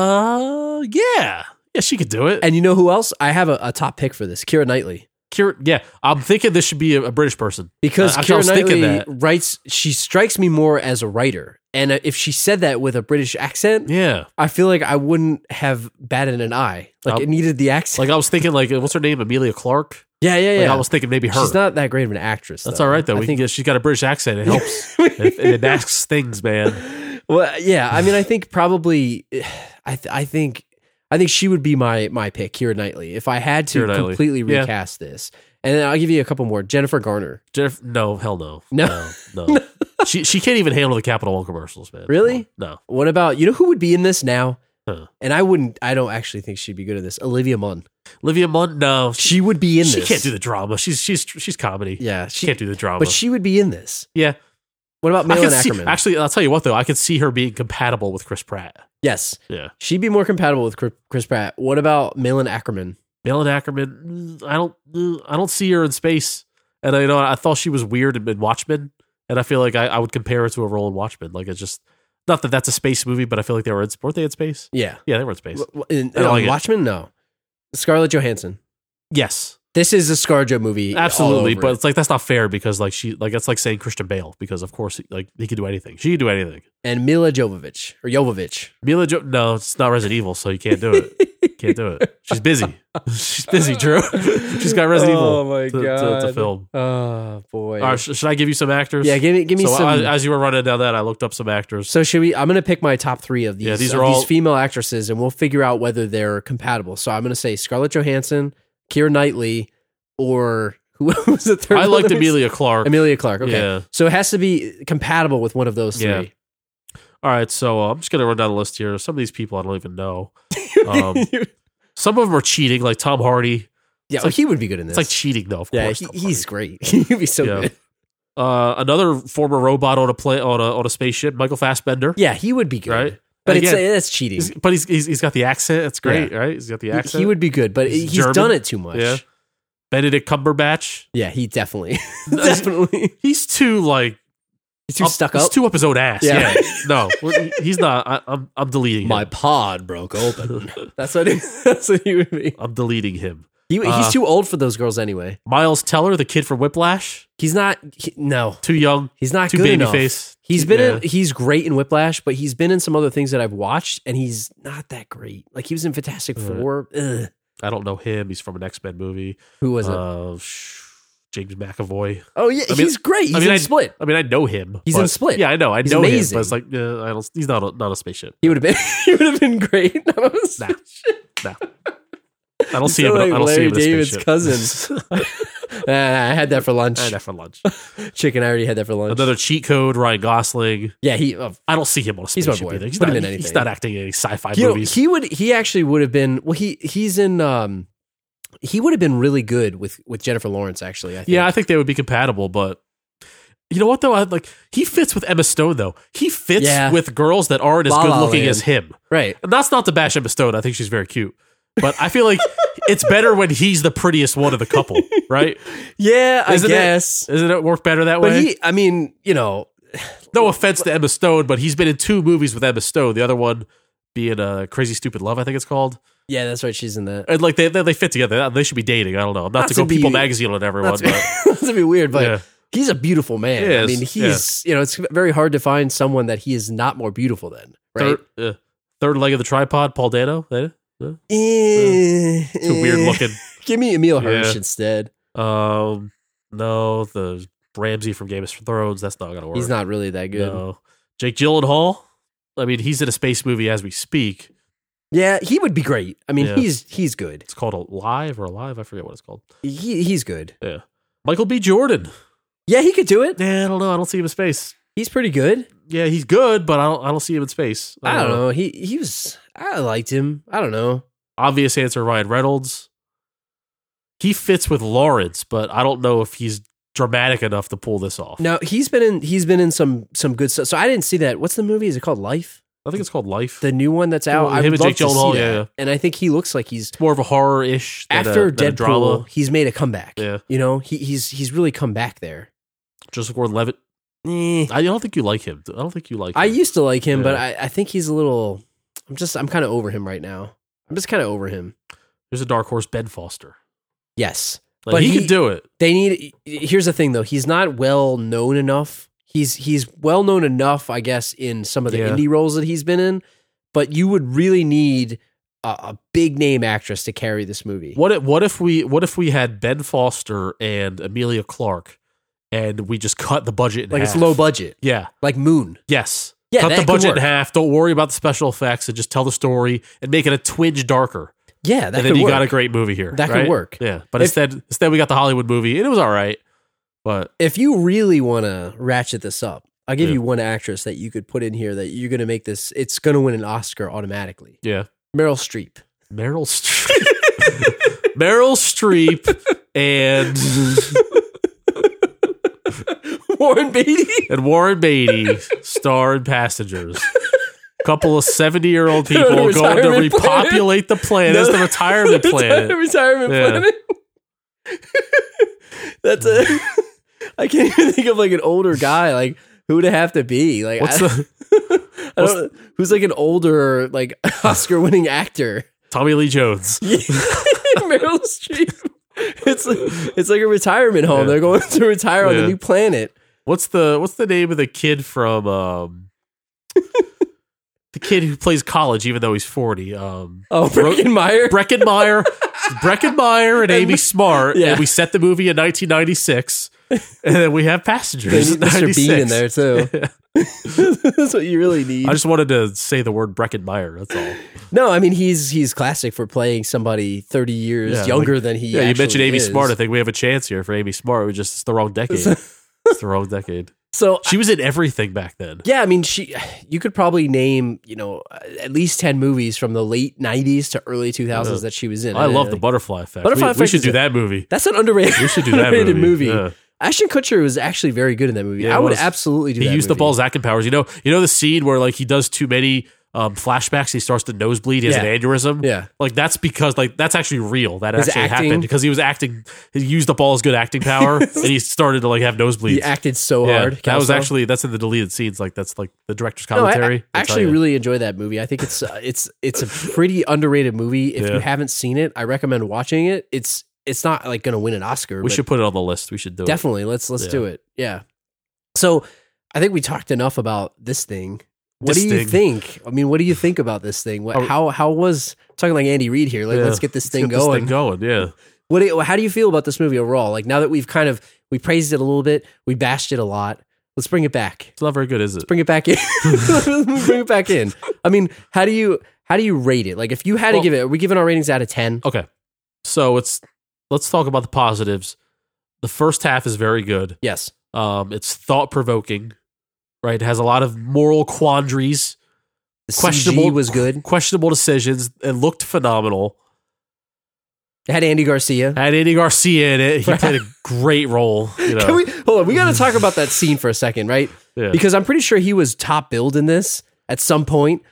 Speaker 2: Alba, yeah, yeah, she could do it.
Speaker 1: And you know who else? I have a, a top pick for this: Kira Knightley.
Speaker 2: Kira, yeah, I'm thinking this should be a, a British person.
Speaker 1: Because
Speaker 2: Uh, I- I
Speaker 1: Kira
Speaker 2: was thinking
Speaker 1: Knightley
Speaker 2: that.
Speaker 1: writes, she strikes me more as a writer. And uh, if she said that with a British accent,
Speaker 2: Yeah,
Speaker 1: I feel like I wouldn't have batted an eye. Like
Speaker 2: Um,
Speaker 1: it needed the accent.
Speaker 2: like I was thinking, like what's her name, Amelia Clark.
Speaker 1: yeah, yeah,
Speaker 2: Like,
Speaker 1: yeah.
Speaker 2: I was thinking maybe her.
Speaker 1: She's not that great of an actress.
Speaker 2: That's
Speaker 1: though.
Speaker 2: all right though.
Speaker 1: I
Speaker 2: We
Speaker 1: think.
Speaker 2: can get, she's got a British accent. It helps. it, it masks things, man.
Speaker 1: Well, yeah. I mean, I think probably. I th- I think I think she would be my my pick, Kira Knightley, if I had to
Speaker 2: Keira Knightley.
Speaker 1: completely
Speaker 2: Yeah.
Speaker 1: recast this. And then I'll give you a couple more. Jennifer Garner.
Speaker 2: Jennifer, no, hell no,
Speaker 1: No.
Speaker 2: no. no. she she can't even handle the Capital One commercials, man.
Speaker 1: Really?
Speaker 2: No.
Speaker 1: What about you know who would be in this now?
Speaker 2: Huh.
Speaker 1: And I wouldn't. I don't actually think she'd be good at this. Olivia Munn.
Speaker 2: Olivia Munn, no. She,
Speaker 1: She would be in
Speaker 2: she
Speaker 1: this.
Speaker 2: can't do the drama. She's she's she's comedy.
Speaker 1: Yeah,
Speaker 2: She
Speaker 1: she.
Speaker 2: can't do the drama.
Speaker 1: but she would be in this.
Speaker 2: yeah,
Speaker 1: What about
Speaker 2: I
Speaker 1: Malin
Speaker 2: can see,
Speaker 1: Ackerman?
Speaker 2: actually, I'll tell you what though. I could see her being compatible with Chris Pratt.
Speaker 1: yes,
Speaker 2: Yeah,
Speaker 1: she'd be more compatible with Chris- Chris Pratt. What about Malin Ackerman?
Speaker 2: Malin Ackerman. mm, I don't mm, I don't see her in space. And I you know I thought she was weird in, in Watchmen, and I feel like I, I would compare her to a role in Watchmen. Like it's just not that that's a space movie, but I feel like they were in, weren't they in space?
Speaker 1: Yeah,
Speaker 2: Yeah, they were in space.
Speaker 1: W- w- in,
Speaker 2: I don't
Speaker 1: on
Speaker 2: like it.
Speaker 1: Watchmen. No, Scarlett Johansson.
Speaker 2: Yes,
Speaker 1: This is a ScarJo movie. all
Speaker 2: Absolutely,
Speaker 1: over
Speaker 2: but
Speaker 1: it.
Speaker 2: it's like that's not fair because like she like that's like saying Christian Bale because of course like he could do anything. She could do anything.
Speaker 1: and Mila Jovovich or Jovovich.
Speaker 2: Mila jo- no, it's not Resident Evil, so you can't do it. can't do it. She's busy. She's busy, Drew. She's got Resident
Speaker 1: Oh
Speaker 2: Evil
Speaker 1: my
Speaker 2: to, to, to
Speaker 1: God.
Speaker 2: film.
Speaker 1: Oh boy.
Speaker 2: All right, sh- should I give you some actors?
Speaker 1: yeah, give me give me
Speaker 2: so
Speaker 1: some.
Speaker 2: I- as you were running down that, I looked up some actors.
Speaker 1: so should we? I'm gonna pick my top three of these.
Speaker 2: Yeah, these
Speaker 1: of
Speaker 2: are all-
Speaker 1: these female actresses, and we'll figure out whether they're compatible. So I'm gonna say Scarlett Johansson, Keira Knightley, or who was the third?
Speaker 2: I
Speaker 1: one
Speaker 2: liked
Speaker 1: that we said?
Speaker 2: Amelia Clark.
Speaker 1: Amelia Clark. Okay,
Speaker 2: Yeah.
Speaker 1: so it has to be compatible with one of those three.
Speaker 2: Yeah. All right, so uh, I'm just gonna run down the list here. Some of these people I don't even know. Um, some of them are cheating, like Tom Hardy.
Speaker 1: yeah, oh,
Speaker 2: like-
Speaker 1: he would be good in
Speaker 2: It's
Speaker 1: this.
Speaker 2: like cheating, though. Of
Speaker 1: yeah,
Speaker 2: course,
Speaker 1: he,
Speaker 2: Tom Hardy.
Speaker 1: he's great. He'd be so
Speaker 2: Yeah.
Speaker 1: good.
Speaker 2: uh, another former robot on a plane on a on a spaceship, Michael Fassbender.
Speaker 1: Yeah, he would be good.
Speaker 2: Right.
Speaker 1: But
Speaker 2: Again,
Speaker 1: it's uh, that's cheating.
Speaker 2: He's- but he's, he's he's got the accent. It's great, right? He's got the
Speaker 1: He-
Speaker 2: accent.
Speaker 1: He would be good, but
Speaker 2: He's
Speaker 1: he's,
Speaker 2: German.
Speaker 1: done it too much.
Speaker 2: Yeah. Benedict Cumberbatch.
Speaker 1: Yeah, he definitely, definitely.
Speaker 2: He's too like
Speaker 1: He's too stuck up.
Speaker 2: He's too up his own ass.
Speaker 1: Yeah.
Speaker 2: Yeah. no, we're- he's not. I, I'm I'm deleting him.
Speaker 1: pod broke open. that's what. He, that's what he would be.
Speaker 2: I'm deleting him.
Speaker 1: He, he's
Speaker 2: Uh,
Speaker 1: too old for those girls anyway.
Speaker 2: Miles Teller, the kid from Whiplash,
Speaker 1: He's not. He, no,
Speaker 2: too young,
Speaker 1: he's not
Speaker 2: too
Speaker 1: good
Speaker 2: baby
Speaker 1: enough.
Speaker 2: face.
Speaker 1: He's been.
Speaker 2: Yeah.
Speaker 1: In, he's great in Whiplash, but he's been in some other things that I've watched, and he's not that great. Like he was in Fantastic
Speaker 2: Right.
Speaker 1: Four. Ugh.
Speaker 2: I don't know him. He's from an X Men movie.
Speaker 1: Who was it?
Speaker 2: Uh, sh- James McAvoy.
Speaker 1: Oh yeah,
Speaker 2: I mean-
Speaker 1: he's great. He's
Speaker 2: mean,
Speaker 1: in
Speaker 2: I-
Speaker 1: Split.
Speaker 2: I mean, I know him.
Speaker 1: He's
Speaker 2: but-
Speaker 1: in Split.
Speaker 2: Yeah, I know. I
Speaker 1: He's
Speaker 2: know
Speaker 1: amazing.
Speaker 2: him, but it's like uh, I don't, he's not a, not a spaceship.
Speaker 1: He would have been. He would have been great. I was-
Speaker 2: Nah. No. I don't see
Speaker 1: sound
Speaker 2: him. in
Speaker 1: like
Speaker 2: a- I don't
Speaker 1: Larry
Speaker 2: see him in a
Speaker 1: David's
Speaker 2: spaceship.
Speaker 1: cousin. Uh, I had that for lunch.
Speaker 2: I had that for lunch.
Speaker 1: Chicken. I already had that for lunch.
Speaker 2: Another cheat code, Ryan Gosling.
Speaker 1: yeah, he. oh,
Speaker 2: I don't see him on a
Speaker 1: my
Speaker 2: spaceship
Speaker 1: boy.
Speaker 2: either. He's
Speaker 1: Put him in
Speaker 2: not, he- he's
Speaker 1: anything.
Speaker 2: not acting in any sci-fi
Speaker 1: you know,
Speaker 2: movies.
Speaker 1: he would. He actually would have been. Well, he he's in. Um, he would have been really good with with Jennifer Lawrence. Actually, I think.
Speaker 2: yeah, I think they would be compatible, but you know what though? I like he fits with Emma Stone though. He fits
Speaker 1: Yeah.
Speaker 2: with girls that aren't as
Speaker 1: La La
Speaker 2: good looking
Speaker 1: Land.
Speaker 2: as him.
Speaker 1: Right.
Speaker 2: And that's not to bash Emma Stone. I think she's very cute. But I feel like it's better when he's the prettiest one of the couple, right?
Speaker 1: Yeah, I
Speaker 2: Isn't it-
Speaker 1: guess.
Speaker 2: Doesn't it work better that
Speaker 1: But
Speaker 2: way?
Speaker 1: he. I mean, you know.
Speaker 2: no offense to Emma Stone, but he's been in two movies with Emma Stone. The other one being uh, Crazy Stupid Love, I think it's called.
Speaker 1: Yeah, that's right. She's in that.
Speaker 2: And like they they, they fit together. They should be dating. I don't know. Not,
Speaker 1: Not
Speaker 2: to
Speaker 1: to
Speaker 2: go People
Speaker 1: be-
Speaker 2: Magazine on everyone.
Speaker 1: That's
Speaker 2: But,
Speaker 1: to be weird, but.
Speaker 2: yeah.
Speaker 1: He's a beautiful man.
Speaker 2: He
Speaker 1: I
Speaker 2: is,
Speaker 1: mean, he's you know it's very hard to find someone that he is not more beautiful than. Right?
Speaker 2: Third, uh, third leg of the tripod, Paul Dano. Eh? Eh?
Speaker 1: Eh,
Speaker 2: It's a weird
Speaker 1: eh.
Speaker 2: looking.
Speaker 1: Give me Emil Hirsch
Speaker 2: Yeah.
Speaker 1: instead.
Speaker 2: Um, no, the Ramsey from Game of Thrones. That's not gonna work.
Speaker 1: He's not really that good.
Speaker 2: No. Jake Gyllenhaal. I mean, he's in a space movie as we speak.
Speaker 1: Yeah, he would be great. I mean,
Speaker 2: Yeah.
Speaker 1: he's he's good.
Speaker 2: It's called Alive or Alive. I forget what it's called.
Speaker 1: He, he's good.
Speaker 2: Michael B. Jordan.
Speaker 1: Yeah, he could do it.
Speaker 2: Nah, I don't know. I don't see him in space.
Speaker 1: He's pretty good.
Speaker 2: Yeah, he's good, but I don't. I don't see him in space.
Speaker 1: I don't know. He he was. I liked him. I don't know.
Speaker 2: Obvious answer: Ryan Reynolds. He fits with Lawrence, but I don't know if he's dramatic enough to pull this off.
Speaker 1: Now he's been in he's been in some some good stuff. So I didn't see that. What's the movie? Is it called Life?
Speaker 2: I think it's called Life.
Speaker 1: The new one that's out.
Speaker 2: Well,
Speaker 1: I
Speaker 2: him
Speaker 1: would
Speaker 2: and
Speaker 1: love
Speaker 2: Jake
Speaker 1: to
Speaker 2: Gyllenhaal,
Speaker 1: see
Speaker 2: yeah,
Speaker 1: that.
Speaker 2: yeah.
Speaker 1: And I think he looks like he's
Speaker 2: it's more of a horror ish
Speaker 1: after
Speaker 2: a, than a drama.
Speaker 1: Deadpool. He's made a comeback.
Speaker 2: Yeah.
Speaker 1: You know, he, he's he's really come back there.
Speaker 2: Joseph Gordon-Levitt. I don't think you like him. I don't think you like. Him.
Speaker 1: I used to like him, but
Speaker 2: Eh. Yeah.
Speaker 1: I, I think he's a little. I'm just. I'm kind of over him right now. I'm just kind of over him.
Speaker 2: There's a dark horse, Ben Foster.
Speaker 1: Yes,
Speaker 2: Like,
Speaker 1: But
Speaker 2: he,
Speaker 1: he-
Speaker 2: can do it.
Speaker 1: they need. Here's the thing, though. He's not well known enough. He's he's well known enough, I guess, in some of the
Speaker 2: Yeah.
Speaker 1: indie roles that he's been in. But you would really need a, a big name actress to carry this movie.
Speaker 2: What if, what if we what if we had Ben Foster and Amelia Clark, and we just cut the budget in
Speaker 1: Like
Speaker 2: half?
Speaker 1: it's low budget,
Speaker 2: Yeah.
Speaker 1: like Moon.
Speaker 2: Yes.
Speaker 1: Yeah,
Speaker 2: cut
Speaker 1: that
Speaker 2: the
Speaker 1: could
Speaker 2: budget
Speaker 1: work.
Speaker 2: in half. Don't worry about the special effects, and just tell the story and make it a twinge darker.
Speaker 1: Yeah, that
Speaker 2: and
Speaker 1: could
Speaker 2: then you
Speaker 1: work.
Speaker 2: got a great movie here.
Speaker 1: That could
Speaker 2: right?
Speaker 1: work.
Speaker 2: Yeah. But
Speaker 1: If-
Speaker 2: instead instead we got the Hollywood movie, and it was all right. But
Speaker 1: if you really want to ratchet this up, I'll give
Speaker 2: Yeah.
Speaker 1: you one actress that you could put in here that you're going to make this. It's going to win an Oscar automatically.
Speaker 2: yeah,
Speaker 1: Meryl Streep.
Speaker 2: Meryl Streep. Meryl Streep and
Speaker 1: Warren Beatty.
Speaker 2: and Warren Beatty star in Passengers. Couple of seventy-year-old
Speaker 1: They're on
Speaker 2: people
Speaker 1: a
Speaker 2: going to
Speaker 1: retirement plan.
Speaker 2: repopulate the planet
Speaker 1: No.
Speaker 2: as the retirement planet.
Speaker 1: Retirement
Speaker 2: Yeah.
Speaker 1: planet. That's a. I can't even think of like an older guy like who would it have to be like
Speaker 2: What's
Speaker 1: I,
Speaker 2: the
Speaker 1: I don't, who's like an older like Oscar winning actor.
Speaker 2: Tommy Lee Jones?
Speaker 1: Meryl Streep. It's like, it's like a retirement home.
Speaker 2: Yeah.
Speaker 1: They're going to retire on
Speaker 2: Yeah.
Speaker 1: the new planet.
Speaker 2: What's the what's the name of the kid from um the kid who plays college even though he's forty? Um
Speaker 1: Oh,
Speaker 2: Ro-
Speaker 1: Breckenmeyer.
Speaker 2: Breckenmeyer, Breckenmeyer, and Amy Smart,
Speaker 1: Yeah.
Speaker 2: and we set the movie in 1996, and then we
Speaker 1: They
Speaker 2: have passengers.
Speaker 1: need
Speaker 2: in
Speaker 1: Mr. Bean in
Speaker 2: 96.
Speaker 1: there too. That's what you really need.
Speaker 2: I just wanted to say the word Breckenmeyer. That's all.
Speaker 1: no, I mean he's he's classic for playing somebody thirty years
Speaker 2: Yeah,
Speaker 1: younger than he.
Speaker 2: Yeah, you mentioned
Speaker 1: actually
Speaker 2: Amy
Speaker 1: is.
Speaker 2: Smart. I think we have a chance here for Amy Smart. We just it's the wrong decade. it's the wrong decade.
Speaker 1: So
Speaker 2: She was in everything back then.
Speaker 1: yeah, I mean she. You could probably name you know at least ten movies from the late '90s to early 2000s
Speaker 2: Yeah.
Speaker 1: that she was in.
Speaker 2: I love the
Speaker 1: like,
Speaker 2: Butterfly Effect.
Speaker 1: Butterfly
Speaker 2: we,
Speaker 1: Effect
Speaker 2: we should
Speaker 1: is
Speaker 2: do
Speaker 1: a-
Speaker 2: that movie.
Speaker 1: That's an underrated.
Speaker 2: We should do that
Speaker 1: underrated
Speaker 2: movie.
Speaker 1: movie.
Speaker 2: Yeah.
Speaker 1: Ashton Kutcher was actually very good in that movie.
Speaker 2: Yeah,
Speaker 1: I
Speaker 2: it
Speaker 1: would
Speaker 2: was.
Speaker 1: absolutely do.
Speaker 2: He
Speaker 1: that
Speaker 2: used the
Speaker 1: movie.
Speaker 2: Balzac powers. You know, you know the scene where like he does too many um, flashbacks. He starts to nosebleed. He has
Speaker 1: Yeah.
Speaker 2: an aneurysm.
Speaker 1: Yeah,
Speaker 2: Like that's because like that's actually real. That
Speaker 1: His
Speaker 2: actually
Speaker 1: acting-
Speaker 2: happened because he was acting. He used up all his good acting power, and he started to like have nosebleeds.
Speaker 1: he acted so
Speaker 2: Yeah,
Speaker 1: hard.
Speaker 2: that was
Speaker 1: Kelso.
Speaker 2: actually that's in the deleted scenes. Like that's like the director's
Speaker 1: No, I-
Speaker 2: commentary.
Speaker 1: I,
Speaker 2: I'll tell
Speaker 1: actually
Speaker 2: ya.
Speaker 1: really enjoy that movie. I think it's uh, it's it's a pretty underrated movie. If
Speaker 2: Yeah.
Speaker 1: you haven't seen it, I recommend watching it. It's it's not like going to win an Oscar.
Speaker 2: we
Speaker 1: but
Speaker 2: should put it on the list. We should do it.
Speaker 1: definitely let's let's
Speaker 2: Yeah.
Speaker 1: do it. Yeah. So I think we talked enough about this thing. What
Speaker 2: This
Speaker 1: do you
Speaker 2: thing.
Speaker 1: think? I mean, what do you think about this thing? What,
Speaker 2: Oh.
Speaker 1: how how was talking like Andy Reid here? Like,
Speaker 2: Yeah.
Speaker 1: let's get this thing
Speaker 2: Get this
Speaker 1: going.
Speaker 2: going. Yeah.
Speaker 1: What do you, how do you feel about this movie overall? Like now that we've kind of we praised it a little bit, we bashed it a lot. Let's bring it back
Speaker 2: It's not very good, is it?
Speaker 1: bring it back in. bring it back in. I mean, how do you how do you rate it? Like, if you had
Speaker 2: Well-
Speaker 1: to give it, are we giving our ratings out of ten?
Speaker 2: Okay. So it's let's talk about the positives. The first half is very good.
Speaker 1: Yes.
Speaker 2: Um, it's thought provoking, right? It has a lot of moral quandaries,
Speaker 1: The CG
Speaker 2: Questionable-
Speaker 1: was good.
Speaker 2: questionable decisions. It looked phenomenal.
Speaker 1: It had Andy Garcia.
Speaker 2: Had Andy Garcia in it. He played a great role. You know,
Speaker 1: Can we hold on? We got to talk about that scene for a second, right?
Speaker 2: Yeah.
Speaker 1: Because I'm pretty sure he was top billed in this at some point.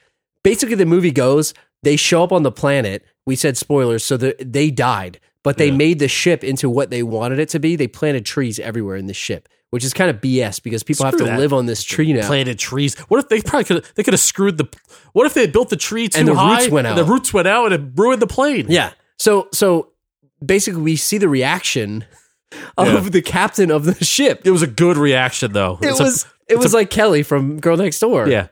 Speaker 1: Basically, the movie goes: they show up on the planet. We said spoilers, so the, they died, but they
Speaker 2: Yeah.
Speaker 1: made the ship into what they wanted it to be. They planted trees everywhere in the ship, which is kind of BS because people have
Speaker 2: Screw
Speaker 1: to
Speaker 2: that.
Speaker 1: live on this tree now.
Speaker 2: planted trees. What if they probably could? They could have screwed the. What if they had built the tree too
Speaker 1: And the
Speaker 2: high
Speaker 1: roots went
Speaker 2: and the
Speaker 1: out.
Speaker 2: roots went out and it ruined the plane?
Speaker 1: Yeah. So so basically, we see the reaction of
Speaker 2: Yeah.
Speaker 1: the captain of the ship.
Speaker 2: It was a good reaction though.
Speaker 1: It
Speaker 2: It's a-
Speaker 1: was it was like Kelly from Girl Next Door.
Speaker 2: yeah.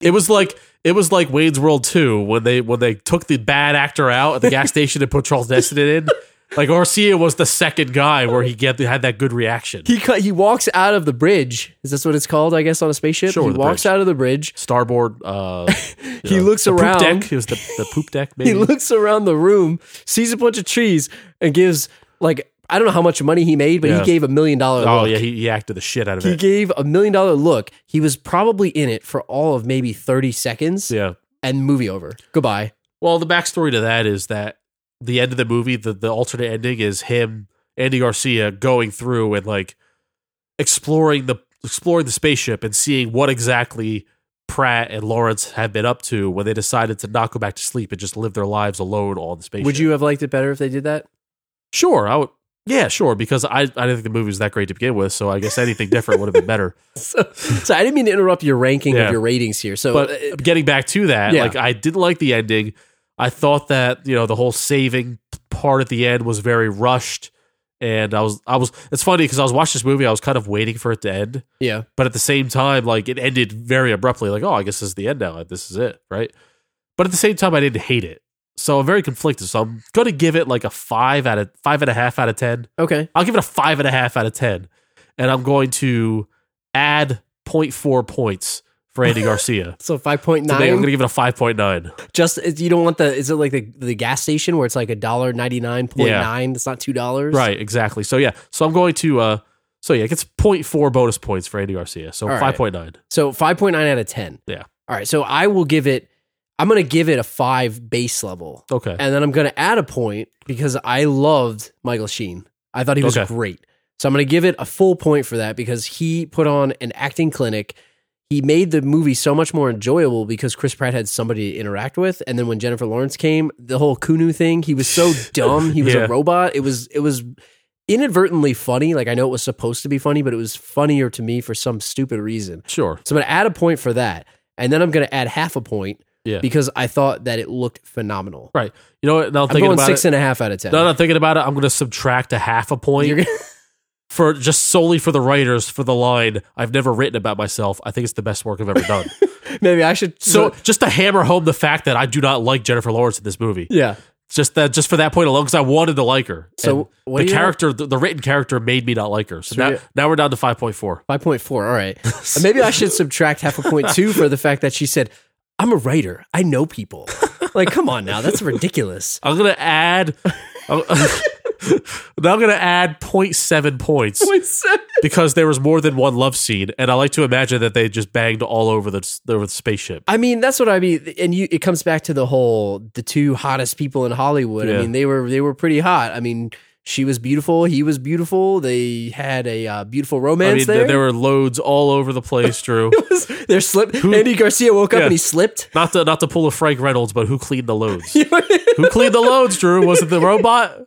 Speaker 2: It was like it was like Wayne's World 2 when they when they took the bad actor out at the gas station and put Charles Neston in. Like Garcia was the second guy where he get had that good reaction.
Speaker 1: he cut, he walks out of the bridge. Is this what it's called? I guess on a spaceship.
Speaker 2: Sure,
Speaker 1: he
Speaker 2: the
Speaker 1: walks
Speaker 2: bridge.
Speaker 1: out of the bridge.
Speaker 2: Starboard. Uh, you
Speaker 1: He looks
Speaker 2: the poop
Speaker 1: around.
Speaker 2: deck. It was the, the poop deck. Maybe
Speaker 1: He looks around the room, sees a bunch of trees, and gives like I don't know how much money he made, but
Speaker 2: Yeah.
Speaker 1: he gave a million dollar.
Speaker 2: Oh
Speaker 1: look.
Speaker 2: yeah, he, he acted the shit out of
Speaker 1: He
Speaker 2: it.
Speaker 1: gave a million dollar look. He was probably in it for all of maybe 30 seconds
Speaker 2: Yeah.
Speaker 1: and movie over. Goodbye.
Speaker 2: Well, the backstory to that is that the end of the movie, the, the alternate ending is him, Andy Garcia, going through and like exploring the exploring the spaceship and seeing what exactly Pratt and Lawrence have been up to when they decided to not go back to sleep and just live their lives alone on the spaceship.
Speaker 1: Would you have liked it better if they did that?
Speaker 2: Sure, I would. Yeah, sure. Because I I didn't think the movie was that great to begin with, so I guess anything different would have been better.
Speaker 1: So, so I didn't mean to interrupt your ranking
Speaker 2: Yeah.
Speaker 1: of your ratings here. So uh,
Speaker 2: but getting back to that,
Speaker 1: Yeah.
Speaker 2: like I didn't like the ending. I thought that you know the whole saving part at the end was very rushed, and I was I was. It's funny because I was watching this movie, I was kind of waiting for it to end,
Speaker 1: yeah,
Speaker 2: but at the same time, like it ended very abruptly. Like oh, I guess this is the end now. Like, This is it, right? But at the same time, I didn't hate it, so I'm very conflicted. So I'm gonna give it like a five out of five and a half out of ten.
Speaker 1: okay,
Speaker 2: I'll give it a five and a half out of ten, and I'm going to add 0.4 points for Andy Garcia.
Speaker 1: so five point
Speaker 2: Today, I'm
Speaker 1: nine.
Speaker 2: going to give it a 5.9.
Speaker 1: Just is- you don't want the is it like the, the gas station where it's like a dollar ninety nine point nine? It's not two dollars,
Speaker 2: Right, exactly. So, yeah. So, I'm going to, uh, so yeah, it gets 0.4 bonus points for Andy Garcia. So,
Speaker 1: All right.
Speaker 2: 5.9.
Speaker 1: So five point nine out of ten.
Speaker 2: Yeah.
Speaker 1: All right. So I will give it. I'm gonna give it a five base level,
Speaker 2: Okay.
Speaker 1: and then I'm gonna add a point because I loved Michael Sheen. I thought he was
Speaker 2: Okay.
Speaker 1: great. So I'm gonna give it a full point for that because he put on an acting clinic. He made the movie so much more enjoyable because Chris Pratt had somebody to interact with, and then when Jennifer Lawrence came, the whole Kunu thing, he was so dumb. He was
Speaker 2: Yeah.
Speaker 1: a robot. It was it was inadvertently funny. Like I know it was supposed to be funny, but it was funnier to me for some stupid reason.
Speaker 2: Sure.
Speaker 1: So I'm going to add a point for that. And then I'm going to add half a point
Speaker 2: Yeah.
Speaker 1: because I thought that it looked phenomenal.
Speaker 2: Right. You know what? Now I'm
Speaker 1: I'm
Speaker 2: thinking
Speaker 1: going
Speaker 2: about
Speaker 1: six
Speaker 2: it.
Speaker 1: and a half out of 10.
Speaker 2: No, no, thinking about it. I'm going to subtract a half a point
Speaker 1: You're gonna-
Speaker 2: for just solely for the writers for the line, I've never written about myself. I think it's the best work I've ever done.
Speaker 1: maybe I should.
Speaker 2: so, just to hammer home the fact that I do not like Jennifer Lawrence in this movie.
Speaker 1: yeah.
Speaker 2: just that just for that point alone because I wanted to like her.
Speaker 1: So
Speaker 2: And
Speaker 1: what do
Speaker 2: the
Speaker 1: you-
Speaker 2: character, the, the written character, made me not like her. So
Speaker 1: So
Speaker 2: now,
Speaker 1: you-
Speaker 2: now we're down to five point four.
Speaker 1: 5.4. All right. And maybe I should subtract half a point too for the fact that she said, I'm a writer. I know people. Like, come on now. That's ridiculous.
Speaker 2: I'm gonna add. I'm, now I'm gonna add 0.7 points because there was more than one love scene, and I like to imagine that they just banged all over the over the spaceship.
Speaker 1: I mean, that's what I mean. And you, it comes back to the whole, the two hottest people in Hollywood.
Speaker 2: Yeah.
Speaker 1: I mean, they were, they were pretty hot. I mean, she was beautiful. He was beautiful. They had a uh, beautiful romance
Speaker 2: I mean,
Speaker 1: there.
Speaker 2: there. were loads all over the place, Drew.
Speaker 1: They're slip. Andy Garcia woke up
Speaker 2: Yeah.
Speaker 1: and he slipped.
Speaker 2: Not to not to pull a Frank Reynolds, but who cleaned the loads? who cleaned the loads, Drew? Was it the robot?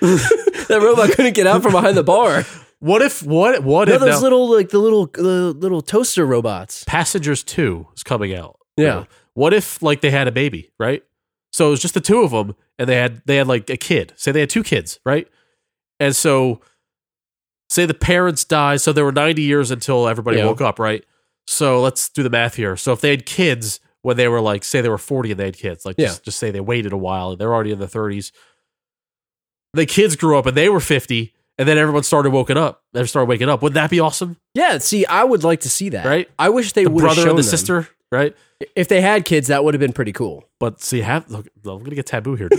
Speaker 1: That robot couldn't get out from behind the bar.
Speaker 2: What if what what
Speaker 1: No,
Speaker 2: if
Speaker 1: those
Speaker 2: now-
Speaker 1: little like the little uh, little toaster robots.
Speaker 2: Passengers 2 is coming out.
Speaker 1: Yeah.
Speaker 2: What if like they had a baby, right? So it was just the two of them and they had they had like a kid. Say they had two kids, right? And so say the parents died, so there were 90 years until everybody
Speaker 1: Yeah.
Speaker 2: woke up, right? So let's do the math here. So if they had kids when they were like say they were 40 and they had kids, like
Speaker 1: Yeah.
Speaker 2: just, just say they waited a while and they're already in their 30s. The kids grew up and they were 50 and then everyone started waking up. They started waking up. Wouldn't that be awesome?
Speaker 1: Yeah, see, I would like to see that.
Speaker 2: Right?
Speaker 1: I wish they
Speaker 2: The
Speaker 1: would have
Speaker 2: brother
Speaker 1: shown
Speaker 2: and the
Speaker 1: them.
Speaker 2: sister, right?
Speaker 1: If they had kids, that would have been pretty cool.
Speaker 2: But see, have look, I'm gonna get taboo here. dude.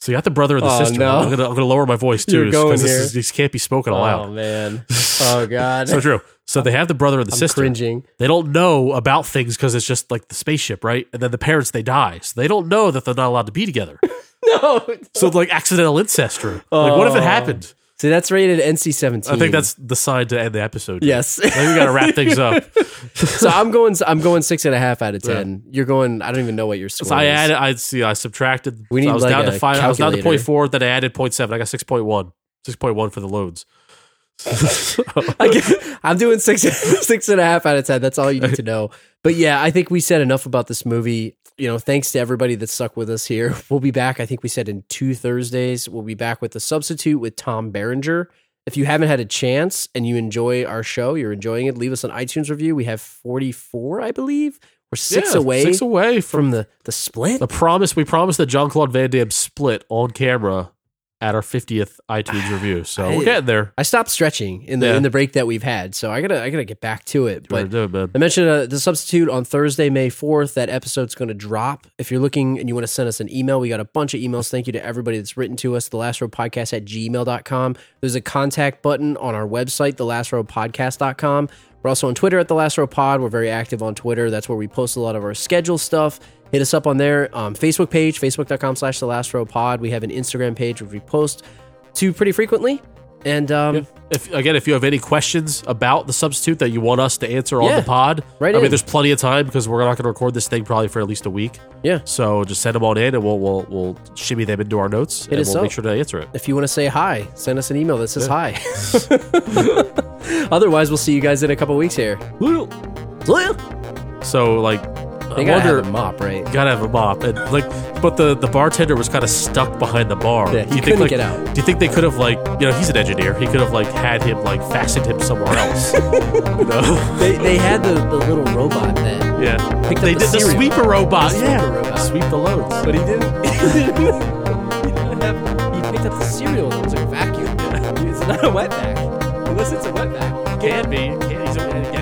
Speaker 2: So you got the brother and the
Speaker 1: Oh,
Speaker 2: sister.
Speaker 1: no.
Speaker 2: I'm, gonna, I'm gonna lower my voice too,
Speaker 1: You're going
Speaker 2: because this,
Speaker 1: here.
Speaker 2: is- these can't be spoken
Speaker 1: Oh
Speaker 2: aloud.
Speaker 1: man. Oh god.
Speaker 2: So true. So they have the brother and the
Speaker 1: I'm
Speaker 2: sister.
Speaker 1: cringing.
Speaker 2: They don't know about things because it's just like the spaceship, right? And then the parents they die, so they don't know that they're not allowed to be together.
Speaker 1: No. Oh.
Speaker 2: so like accidental incest, Drew. Like what if it happened?
Speaker 1: See, that's rated NC-17.
Speaker 2: I think that's the sign to end the episode. Drew.
Speaker 1: yes.
Speaker 2: I think we gotta wrap things up.
Speaker 1: so I'm going. I'm going six and a half out of ten. You're going. I don't even know what your score
Speaker 2: So I
Speaker 1: is.
Speaker 2: added, I see, I subtracted.
Speaker 1: We need,
Speaker 2: I was
Speaker 1: like,
Speaker 2: down
Speaker 1: a
Speaker 2: to five. I was down to
Speaker 1: calculator.
Speaker 2: point four. Then I added point seven. I got six point one. Six point one for the loads.
Speaker 1: I am doing six six and a half out of ten. That's all you need to know. But yeah, I think we said enough about this movie. You know, thanks to everybody that stuck with us here. We'll be back. I think we said in two Thursdays. We'll be back with the substitute with Tom Berenger. If you haven't had a chance and you enjoy our show, you're enjoying it, leave us an iTunes review. We have 44, I believe. We're six
Speaker 2: Yeah,
Speaker 1: away
Speaker 2: Six away from
Speaker 1: from the the split.
Speaker 2: the promise. We promised that John Claude Van Damme split on camera at our fiftieth iTunes review. So
Speaker 1: I-
Speaker 2: we're getting there.
Speaker 1: I stopped stretching in the
Speaker 2: Yeah.
Speaker 1: in the break that we've had, so I gotta I gotta get back to it.
Speaker 2: We're
Speaker 1: But
Speaker 2: doing, man.
Speaker 1: I mentioned uh, the substitute on Thursday, May 4th. That episode's going to drop. If you're looking and you want to send us an email, we got a bunch of emails. Thank you to everybody that's written to us, thelastrowpodcast at gmail.com. There's a contact button on our website, thelastrowpodcast.com. We're also on Twitter at The Last Row Pod. We're very active on Twitter. That's where we post a lot of our schedule stuff. Hit us up on there. Um, Facebook page, facebook.com slash The Last Row Pod. We have an Instagram page, which we post to pretty frequently. And um,
Speaker 2: If, again, if you have any questions about the substitute that you want us to answer on
Speaker 1: Yeah,
Speaker 2: the pod,
Speaker 1: right
Speaker 2: I
Speaker 1: in.
Speaker 2: mean, there's plenty of time because we're not going to record this thing probably for at least a week.
Speaker 1: Yeah.
Speaker 2: So just send them on in, and we'll we'll, we'll shimmy them into our notes, and
Speaker 1: us
Speaker 2: we'll make
Speaker 1: up.
Speaker 2: sure to answer it.
Speaker 1: if you want to say hi, send us an email that says hi. Otherwise, we'll see you guys in a couple weeks here.
Speaker 2: So like,
Speaker 1: They
Speaker 2: I
Speaker 1: gotta
Speaker 2: wonder.
Speaker 1: have a mop, right?
Speaker 2: Gotta have a mop, and like, but the the bartender was kind of stuck behind the bar.
Speaker 1: Yeah, he
Speaker 2: Do you
Speaker 1: couldn't
Speaker 2: think, like,
Speaker 1: get out.
Speaker 2: Do you think they could have like, you know, he's an engineer. He could have like had him like fasten him somewhere else. you know?
Speaker 1: They, they had the, the little robot that,
Speaker 2: Yeah.
Speaker 1: Picked up
Speaker 2: they
Speaker 1: the
Speaker 2: did the
Speaker 1: cereal.
Speaker 2: sweeper robot.
Speaker 1: The sweeper
Speaker 2: yeah.
Speaker 1: robot.
Speaker 2: Sweep the loads.
Speaker 1: but he didn't. he didn't have. He picked up the cereal that was like a vacuum. It's not a wetback. Unless it's a wetback.
Speaker 2: Can be. Can, he's a,